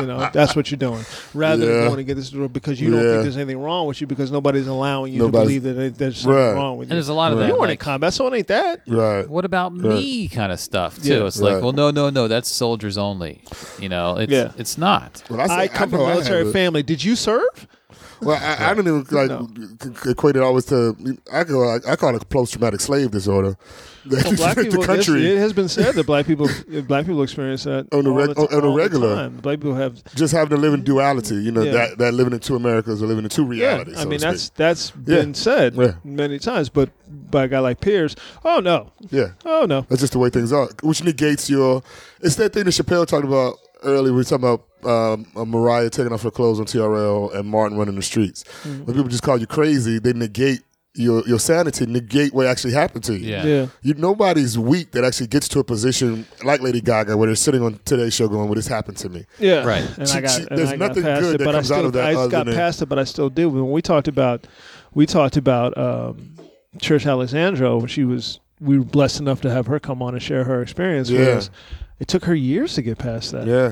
you know, that's what you're doing. Rather Yeah. than going to get this disorder because you don't Yeah. think there's anything wrong with you because nobody's allowing you to Nobody's- believe that there's something Right. wrong with you. And there's a lot of You that, weren't in like- combat, so it ain't that. Right. What about me kind of stuff too? Yeah. it's Right. like, well, no, no, no, that's soldiers only. You know, it's Yeah. it's not. Well, say- I come know from a military have it. family. Did you serve? Well, I, I don't even like c- c- equate it always to. I go. I, I call it post traumatic slave disorder. Well, black the people, country. It has been said that black people, black people experience that On the all reg- ti- on the all regular. time. Black people have. just having to live in duality, you know, Yeah. that, that living in two Americas or living in two Yeah, realities. I so mean to that's speak. that's been Yeah. said Yeah. many times, but by a guy like Pierce, oh no, yeah, oh no, that's just the way things are, which negates your. It's that thing that Chappelle talked about earlier. We were talking about um, uh, Mariah taking off her clothes on TRL and Martin running the streets. Mm-hmm. When people just call you crazy, they negate your your sanity, negate what actually happened to you. Yeah. yeah, You, nobody's weak that actually gets to a position like Lady Gaga, where they're sitting on today's show going, "Well, this happened to me." yeah, Right. And She- I got, she- and there's I nothing got past good it, that but comes I out still, of that I other got than- past it, but I still do. When we talked about, we talked about um, Trish Alexandro. She was we were blessed enough to have her come on and share her experience with Yeah. us. It took her years to get past that. Yeah,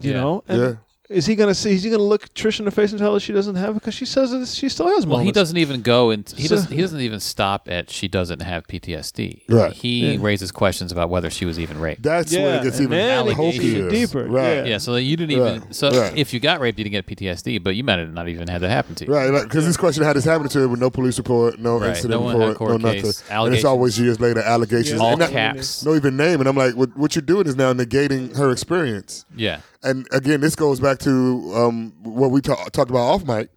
you Yeah. know. And Yeah. Is he gonna see? Is he gonna look Trish in the face and tell her she doesn't have it because she says that she still has Well, moments? he doesn't even go and he So- doesn't he doesn't even stop at she doesn't have PTSD. Right. He Yeah. raises questions about whether she was even raped. that's where it Yeah, gets and even then it gets hokier. even deeper. Right. Yeah. yeah, so you didn't even Right. so Right. if you got raped, you didn't get PTSD, but you might have not even had that happen to you. Right, because this question had this happening to him with no police report, no Right, no incident one- no report, court no case, nothing. And it's allegations. always years later, allegations. Yeah. All and not- caps. No even name. And I'm like, what, what you're doing is now negating her experience. Yeah. And again, this goes back to um, what we ta- talked about off mic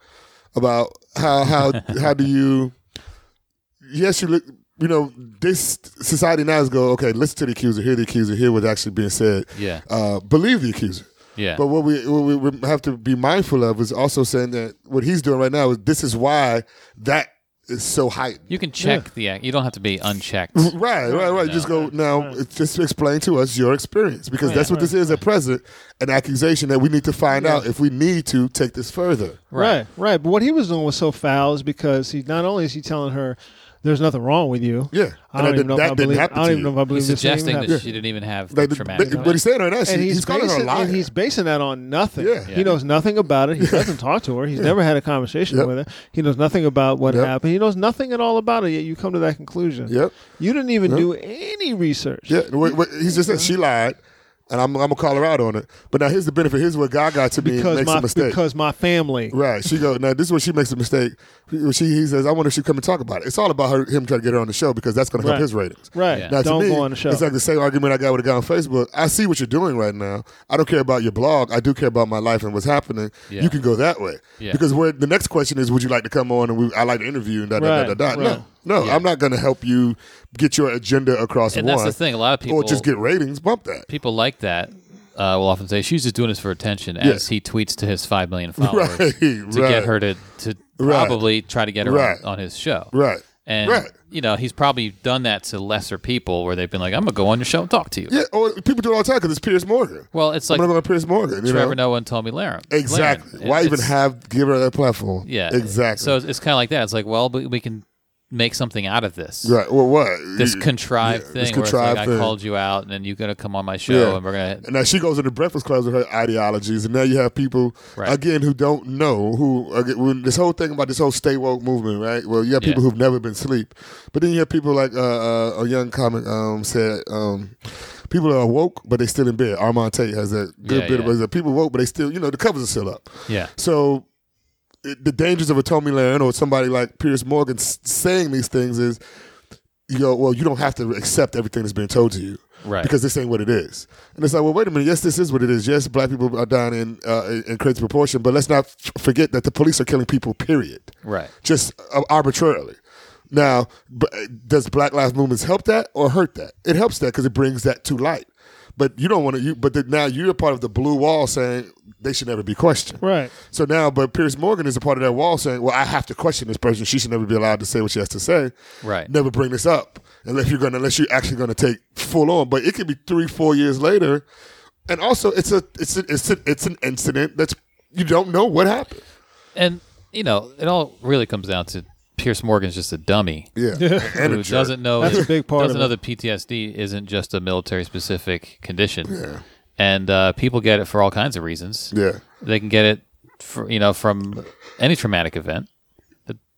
about how how how do you? Yes, you look. You know, this society now is go okay. Listen to the accuser, hear the accuser, hear what's actually being said. Yeah. uh, believe the accuser. Yeah. But what we what we have to be mindful of is also saying that what he's doing right now is this is why that is so heightened. You can check the act. You don't have to be unchecked. Right, right, right. Just go now. Just explain to us your experience because that's what this is at present, an accusation that we need to find out if we need to take this further. Right. right, But what he was doing was so foul is because he not only is he telling her there's nothing wrong with you. Yeah. I don't And that- even know that if I didn't believe. I happen to don't even you. know if I He's believe this thing suggesting happened. that she didn't even have Like, traumatic. but, but he's saying right now, she, and he's, he's, calling her a basing, liar. and he's basing that on nothing. Yeah. He knows nothing about it. He doesn't talk to her. He's never had a conversation Yep. with her. He knows nothing about what Yep. happened. He knows nothing at all about it. Yet you come to that conclusion. Yep. You didn't even do any research. Yeah, wait, wait, he's just said she lied, and I'm, I'm gonna call her out on it. But now here's the benefit. Here's where God got to be Because makes my a mistake. because my family. Right. She go now. This is where she makes a mistake. She he says, "I wonder if she come and talk about it." It's all about her, him trying to get her on the show because that's going to help Right. his ratings. Right. Yeah. Now, to Don't me, go on the show. It's like the same argument I got with a guy on Facebook. I see what you're doing right now. I don't care about your blog. I do care about my life and what's happening. Yeah. You can go that way Yeah. because where the next question is, would you like to come on and we, I like to interview you and da da da Right. da da. Right. No. No, Yeah. I'm not going to help you get your agenda across. And that's one, the thing, a lot of people- or just get ratings. Bump that. people like that uh, will often say she's just doing this for attention as he tweets to his 5 million followers Right, to right. get her to, to Right. probably try to get her Right. on, on his show. Right. And, Right. you know, he's probably done that to lesser people where they've been like, I'm going to go on your show and talk to you. Yeah. Or people do it all the time because it's Piers Morgan. Well, it's I'm like going to go on Piers Morgan. You Trevor know? Noah and Tommy Laram. Exactly. Why even have give her that platform? Yeah. Exactly. So it's, it's kind of like that. It's like, well, but we can make something out of this. right. Well, what This You- contrived yeah, thing this where it's contrived like, thing. I called you out and then you're going to come on my show Yeah. and we're going to And now she goes into Breakfast Clubs with her ideologies, and now you have people Right. again who don't know who again, when this whole thing about this whole stay woke movement, right? Well, you have people Yeah. who've never been asleep, but then you have people like uh, uh, a young comic um, said. Um, People are woke, but they still in bed. Armand Tate has that good Yeah, bit yeah. about that. People woke, but they still, you know, the covers are still up. Yeah. So it, the dangers of a Tommy Lahren or somebody like Pierce Morgan s- saying these things is, you know, well, you don't have to accept everything that's being told to you. Right. Because this ain't what it is. And it's like, well, wait a minute. Yes, this is what it is. Yes, black people are dying in uh, in crazy proportion, but let's not f- forget that the police are killing people. Period. Right. Just uh, arbitrarily. Now, b- does Black Lives Movements help that or hurt that? It helps that because it brings that to light. But you don't want to. You but the, now you're a part of the blue wall saying they should never be questioned. Right. So now, but Pierce Morgan is a part of that wall saying, well, I have to question this person. She should never be allowed to say what she has to say. Right. Never bring this up unless you're going to, unless you're actually going to take full on. But it could be three, four years later. And also, it's a, it's a, it's a, it's an incident that's, you don't know what happened. And you know, it all really comes down to Pierce Morgan's just a dummy. Yeah. and a who jerk. doesn't know That's a that- big part doesn't of know it. that PTSD isn't just a military specific condition. And uh, people get it for all kinds of reasons. Yeah. They can get it for, you know from any traumatic event.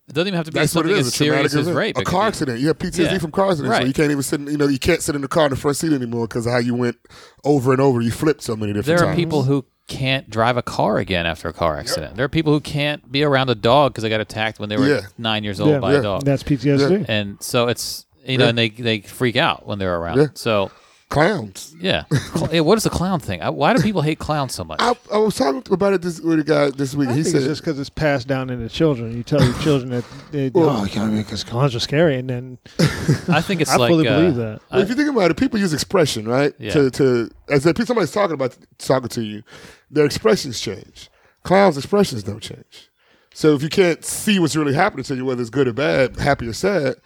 It doesn't even have to be That's what something it is. as a traumatic serious as event. rape. A It could car be- accident. You have PTSD Yeah. from car accidents. So Right. you can't even sit. In, you know, you can't sit in the car in the front seat anymore because of how you went over and over. You flipped so many different There are times. people who can't drive a car again after a car accident. There are people who can't be around a dog because they got attacked when they were Yeah. nine years old Yeah. by Yeah. a dog. That's PTSD. and so it's you know, and they they freak out when they're around. Yeah. So clowns. yeah, Cl- yeah, what is the clown thing? I, why do people hate clowns so much? I, I was talking about it this, with a guy this week. I he think said, it's just because it's passed down into children. You tell your children that they, oh, yeah, because clowns are scary, and then I think it's I like fully uh, believe that. Well, if you think about it, people use expression, right? Yeah. To to as if somebody's talking about talking to you, their expressions change. Clowns' expressions don't change. So if you can't see what's really happening to you, whether it's good or bad, happy or sad,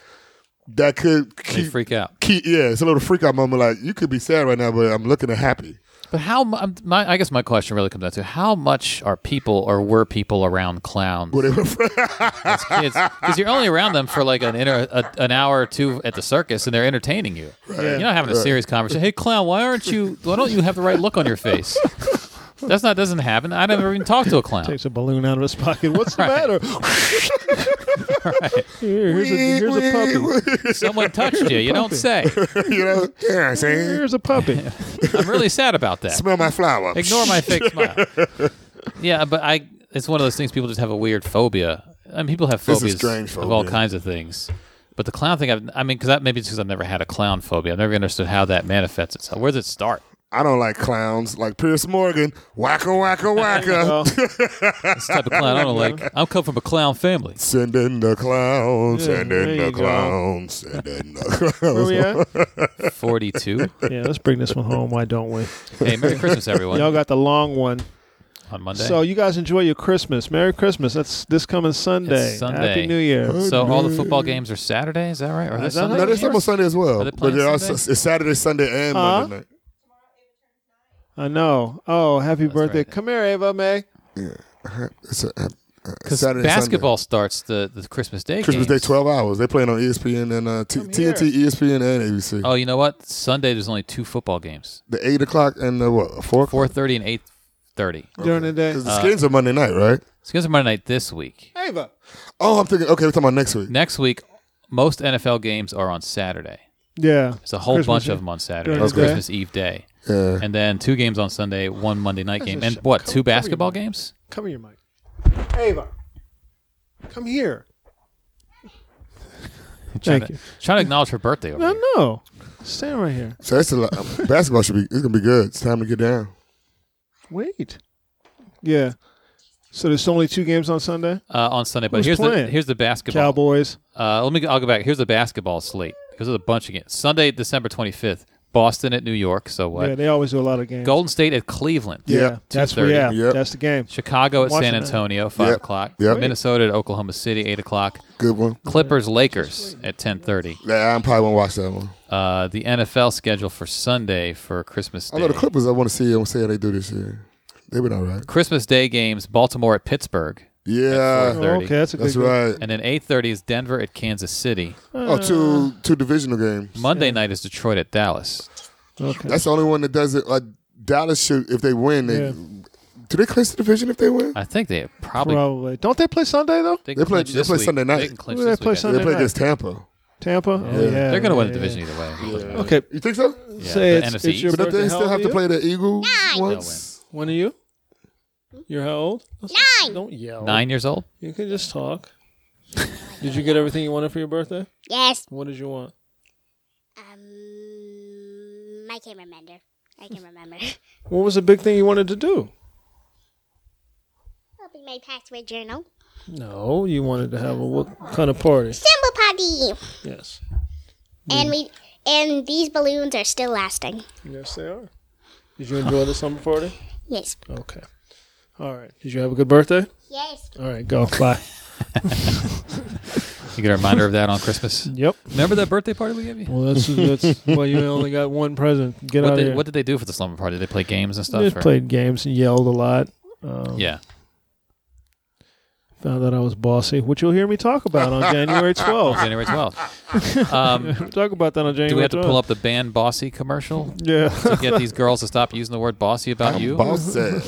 that could They keep, freak out. keep yeah, it's a little freak out moment. Like you could be sad right now, but I'm looking at happy. But how mu- my I guess my question really comes down to how much are people or were people around clowns Whatever. as kids? Because you're only around them for like an inter, a, an hour or two at the circus, and they're entertaining you. You're not having a serious conversation. Hey, clown, why aren't you? Why don't you have the right look on your face? That's not doesn't happen. I never even talked to a clown. takes a balloon out of his pocket. What's the matter? Here, here's, a, here's a puppy. Someone touched you. You don't say. you know, yeah, see, Here's a puppy. I'm really sad about that. smell my flower. Ignore my fake smile. Yeah, but I it's one of those things people just have a weird phobia. I mean, people have This phobias is strange of all phobia. kinds of things. But the clown thing, I've, I mean, because maybe it's because I've never had a clown phobia. I've never understood how that manifests itself. Where does it start? I don't like clowns. Like Pierce Morgan, wacka wacka Oh, wacka. This type of clown, I don't like. I'm come from a clown family. Send in the clowns, send there in you the go. clowns, send in the clowns. Where we at? 42. Yeah, let's bring this one home. Why don't we? Hey, Merry Christmas, everyone. Y'all got the long one. on Monday. So you guys enjoy your Christmas. Merry Christmas. That's this coming Sunday. It's Sunday. Happy New Year. So all the football games are Saturday. Is that right? Or are there Is that Sunday No, there's games? football Sunday as well. Are they but playing there are, Sunday? it's Saturday, Sunday, and Monday night. I know. Oh, happy birthday. right. Come here, Ava May. It's a, uh, Because Saturday, basketball starts the, the Christmas Day. Sunday. Christmas Day, games. 12 hours. They're playing on ESPN and uh, T- here. TNT, ESPN, and ABC. Oh, you know what? Sunday there's only two football games. The 8 o'clock and the what? 4 o'clock? four thirty and eight thirty. During the day. Because the skins are Monday night, right? So you guys are Monday night this week. Ava. Oh, I'm thinking, okay, we're talking about next week. Next week, most NFL games are on Saturday. Yeah. It's a whole Christmas bunch Eve. of them on Saturday. During It's the day. Christmas Eve day, Yeah. and then two games on Sunday, one Monday night game, a and sh- what? come- Two come here, basketball Mike. games? Come here, Mike. Ava. Come here. Trying Thank to, you. Trying to acknowledge her birthday. Over No, here. no. Stand right here. So that's a lot. um, basketball should be, it's going to be good. It's time to get down. Wait. Yeah. So there's only two games on Sunday? Uh, on Sunday, but Who's here's playing? the here's the basketball. Cowboys. Uh, let me. I'll go back. Here's the basketball slate because there's a bunch of games. Sunday, December twenty fifth, Boston at New York. So what? Yeah, they always do a lot of games. Golden State at Cleveland. Yeah. That's where, 2:30. yeah. Yep. That's the game. Chicago at Watching San that. Antonio, five Yep. o'clock. Yep. Minnesota at Oklahoma City, eight o'clock. Good one. Clippers Lakers at ten thirty. Nah, I probably won't watch that one. Uh, the NFL schedule for Sunday for Christmas Day. I know the Clippers, I want to see, I want to see how they do this year. They've been all right. Christmas Day games: Baltimore at Pittsburgh, Yeah. Oh, 30. okay, that's a good That's game. right. and then eight thirty is Denver at Kansas City. Oh, two Uh. two divisional games. Monday night is Detroit at Dallas. Okay. That's the only one that does it. Like Dallas should, if they win, they Yeah. do they clinch the division if they win. I think they probably Probably. Don't they play Sunday though? they, They play- clinch they this play week. Sunday night. They can clinch Who do they this play weekend. Sunday they play night? against Tampa. Tampa. Oh, yeah. They're going to yeah, win the yeah, division either way. It doesn't yeah. matter. Okay. You think so? the Say it's, NFC it's your East. But don't birthday. they still How have old to are play you? the Eagles once. When are you? You're how old? Nine. Don't yell. Nine years old. You can just talk. Did you get everything you wanted for your birthday? Yes. What did you want? Um, my I can remember. I can remember. What was the big thing you wanted to do? Open my password journal. No, you wanted to have a what kind of party? Symbol party. Yes. And we and these balloons are still lasting. Yes, they are. Did you enjoy the summer party? Yes. Okay. All right. Did you have a good birthday? Yes. All right, go. Bye. You get a reminder of that on Christmas. yep. Remember that birthday party we gave you? Well, that's that's well, you only got one present. Get What out of did, here. what did they do for the slumber party? Did they play games and stuff? Just or- played games and yelled a lot. Um, Yeah. Found out I was bossy, which you'll hear me talk about on January 12th. January 12th. Um, We'll talk about that on January 12th. do we have to pull up the band Bossy commercial Yeah. to get these girls to stop using the word bossy about you? Boss said.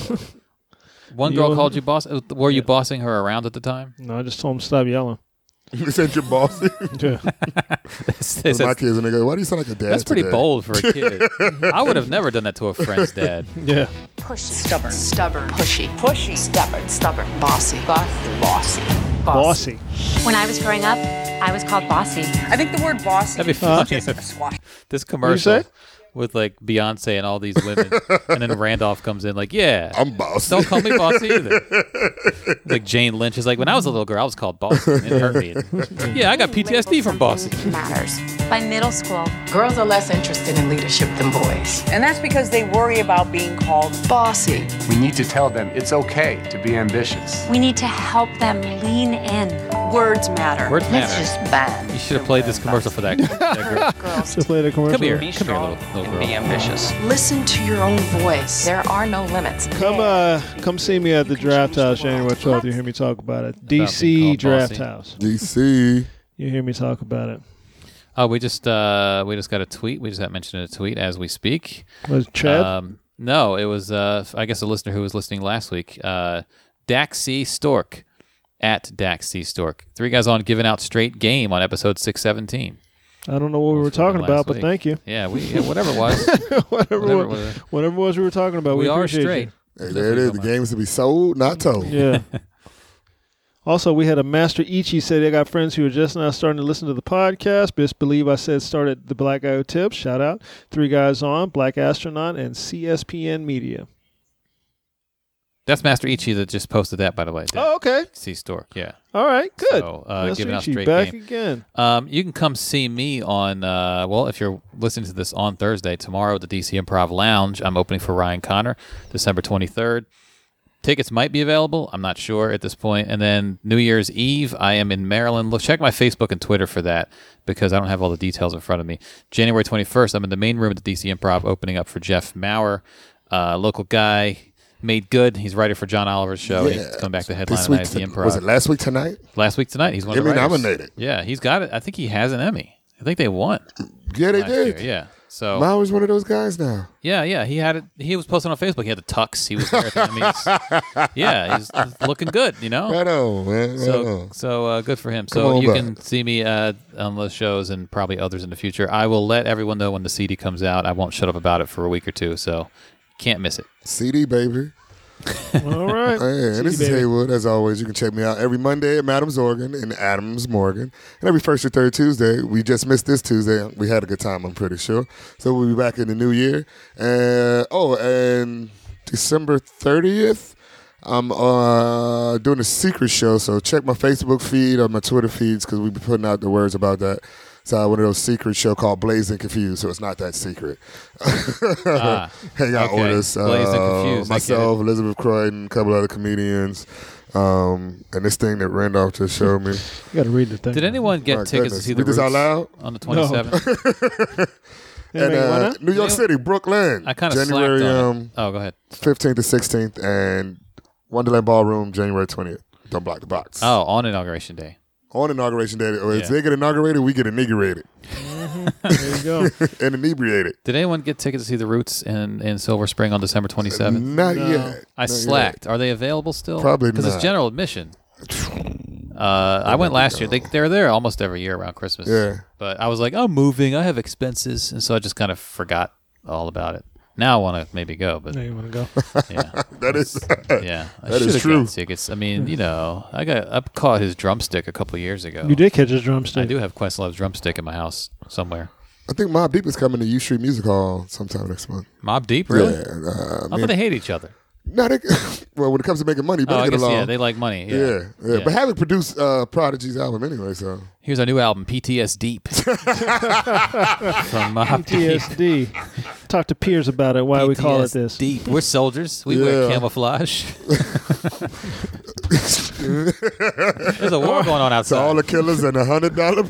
One girl You- called you boss. uh, Were you bossing her around at the time? no, I just told him to stop yelling. You said your boss. Yeah. That's- my kids and they go, why do you sound like a dad that's pretty today?" bold for a kid. I would have never done that to a friend's dad. yeah. Pushy. Stubborn. Stubborn. Pushy. Pushy. Stubborn. Stubborn. Bossy. Bossy. Bossy. Bossy. When I was growing up, I was called bossy. I think the word bossy That'd be funny. This commercial say? with like Beyonce and all these women, and then Randolph comes in like, "Yeah, I'm boss. Don't call me bossy either. like Jane Lynch is like, when I was a little girl, I was called bossy. and It hurt me. yeah, I got PTSD from bossy. matters. By middle school, Girls are less interested in leadership than boys. and that's because they worry about being called bossy. We need to tell them it's okay to be ambitious. We need to help them lean in. Words matter. Words matter. ban. You should have played this commercial for that. that girl. Just played a commercial. Come here, come here, little, little girl. ambitious. Listen to your own voice. There are no limits. Come uh, come see me at the draft house January 12th. You hear me talk about it. DC called draft bossy. house. DC. You hear me talk about it. Oh, we just uh, we just got a tweet. We just got mentioned in a tweet as we speak. Was it Chad? Um, no, it was uh, I guess a listener who was listening last week. Uh, Dax C Stork at Dax C Stork. Three guys on giving out straight game on episode six seventeen. I don't know what we were talking about, but thank you. Yeah, we yeah, whatever it was. whatever, Whatever wa- it was. whatever it was we were talking about, we, we are appreciate you. straight. Hey, there it is. The game is to be sold, not told. Yeah. also, we had a Master Ichi say they got friends who are just now starting to listen to the podcast. Best believe I said started the Black IO Tips. Shout out. Three guys on, Black Astronaut, and CSPN Media. That's Master Ichi that just posted that, by the way. Oh, okay. C Stork, yeah. All right. Good. So, uh, Master giving out Ichi straight back game. again. Um, you can come see me on, uh, well, if you're listening to this on Thursday, tomorrow at the DC Improv Lounge. I'm opening for Ryan Connor, December 23rd. Tickets might be available. I'm not sure at this point. And then New Year's Eve, I am in Maryland. Look, check my Facebook and Twitter for that because I don't have all the details in front of me. January 21st, I'm in the main room at the DC Improv opening up for Jeff Maurer, uh, local guy, made good. He's writer for John Oliver's show. and He's coming Oh, back to headline This tonight week, at the Improv was it last week tonight? last week tonight. He's one of the Emmy writers. nominated. Yeah, he's got it. I think he has an Emmy. I think they won Yeah, they last year. did. Yeah. So Mauer's one of those guys now. yeah, yeah, he had it. He was posting on Facebook. He had the tux. He was there at the Emmys. yeah, he's looking good. You know. Right on, man. Right So on. so uh, good for him. Come So on you back. can see me uh, on those shows and probably others in the future. I will let everyone know when the CD comes out. I won't shut up about it for a week or two. So can't miss it. CD, baby. All right. Hey, and this is baby. Haywood. As always, you can check me out every Monday at Adams Organ and Adams Morgan, and every first or third Tuesday. We just missed this Tuesday. We had a good time, I'm pretty sure. So we'll be back in the new year. And oh, and December 30th, I'm uh, doing a secret show. So check my Facebook feed or my Twitter feeds because we be putting out the words about that. It's uh, one of those secret show called Blazed and Confused, so it's not that secret. Ah, Hang out okay. with us. Blazed and uh, Confused, I get it. Myself, Elizabeth Croydon, a couple other comedians, um, and this thing that Randolph just showed me. You got to read the thing. Did anyone get My tickets to goodness. see the Read this out Roots loud? on the 27th? and Anybody uh, wanna? New York Yeah. City, Brooklyn, I kind of January slacked on it. um, Oh, go ahead. 15th to 16th, and Wonderland Ballroom, January 20th. Don't block the box. Oh, on inauguration day. On inauguration day, or if Yeah. they get inaugurated, we get inaugurated Mm-hmm. There you go. and inebriated. Did anyone get tickets to see the Roots in, in Silver Spring on December 27th? Not yet. I Not yet. slacked. Are they available still? Probably because it's not. general admission. Uh, I went last year. They, they're there almost every year around Christmas. Oh. Yeah. But I was like, I'm moving. I have expenses, and so I just kind of forgot all about it. Now I want to maybe go, but There you want to go. yeah, That is. yeah. I That is should've true. gotten Tickets. I mean, you know, I got I caught his drumstick a couple years ago. You did catch his I drumstick. do have Questlove's drumstick in my house somewhere. I think Mob Deep is coming to U Street Music Hall sometime next month. Mob Deep, really? Yeah, uh, I me thought they and- hate each other. No, they, well, when it comes to making money, you Oh, better I get guess, along. yeah, they like money, yeah. yeah, yeah. Yeah. But Havoc produced uh, Prodigy's album anyway, so Here's our new album, PTS Deep. From Mob Deep. PTSD. Talk to peers about it. Why we call it this? Deep. We're soldiers. We wear Yeah. camouflage. There's a war going on outside. To all the killers and a hundred dollar.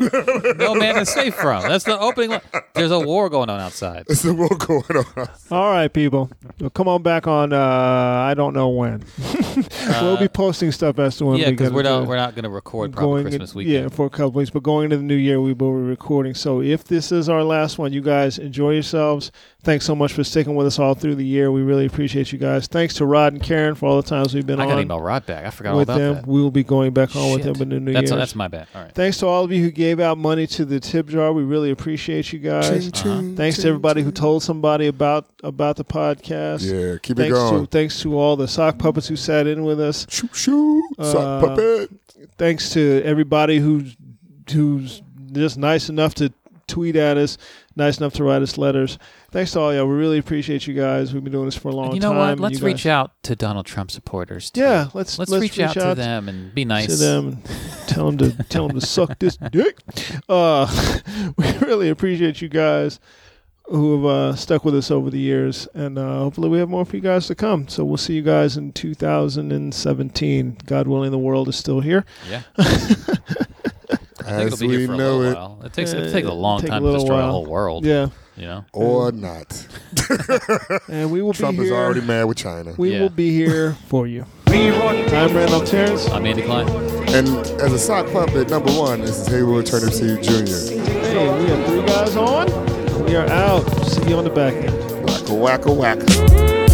no man is safe from. That's the opening. Li- There's a war going on outside. There's a war going on. All right, people. Well, come on back on. Uh, I don't know when. we'll be posting stuff as to when. Uh, yeah, we because gotta we're do not it. we're not going to record proper going in- Christmas weekend. Yeah, for a couple weeks. But going into the new year, we will be recording. So if this is our last one, you guys enjoy yourselves. Thanks so much for sticking with us all through the year. We really appreciate you guys. Thanks to Rod and Karen for all the times we've been I on. got to email Rod back. I forgot all with about them. that. We will be going back on with Shit. them in the new That's- year. that's my bad. All right. Thanks to all of you who gave out money to the tip jar. We really appreciate you guys. Ching, ching, Thanks to ching, everybody who told somebody about about the podcast. Yeah, keep it thanks To, going. thanks to all the sock puppets who sat in with us. Shoot, shoot, Uh, sock puppet. Thanks to everybody who's who's just nice enough to tweet at us, nice enough to write us letters. Thanks to all y'all. We really appreciate you guys. We've been doing this for a long And you know time. what? and Let's you guys- reach out to Donald Trump supporters. too. Yeah, let's let's, reach, out, to them and be nice to them. And tell them to tell them to suck this dick. Uh, we really appreciate you guys who have uh, stuck with us over the years, and uh, hopefully we have more for you guys to come. So we'll see you guys in 2017. God willing, the world is still here. Yeah. I think it'll be here for a little while. It takes- Uh, it'll take Eh, a long time to destroy a whole world, Yeah. you know? or not. and we will Trump be here. is already mad with China. We will be here for you. I'm Randolph Terrence. I'm Andy Klein. And as a sock puppet, number one, this is Haywood Turner C. Jr. Hey, we have three guys on. We are out. See you on the back end. Wacka wacka.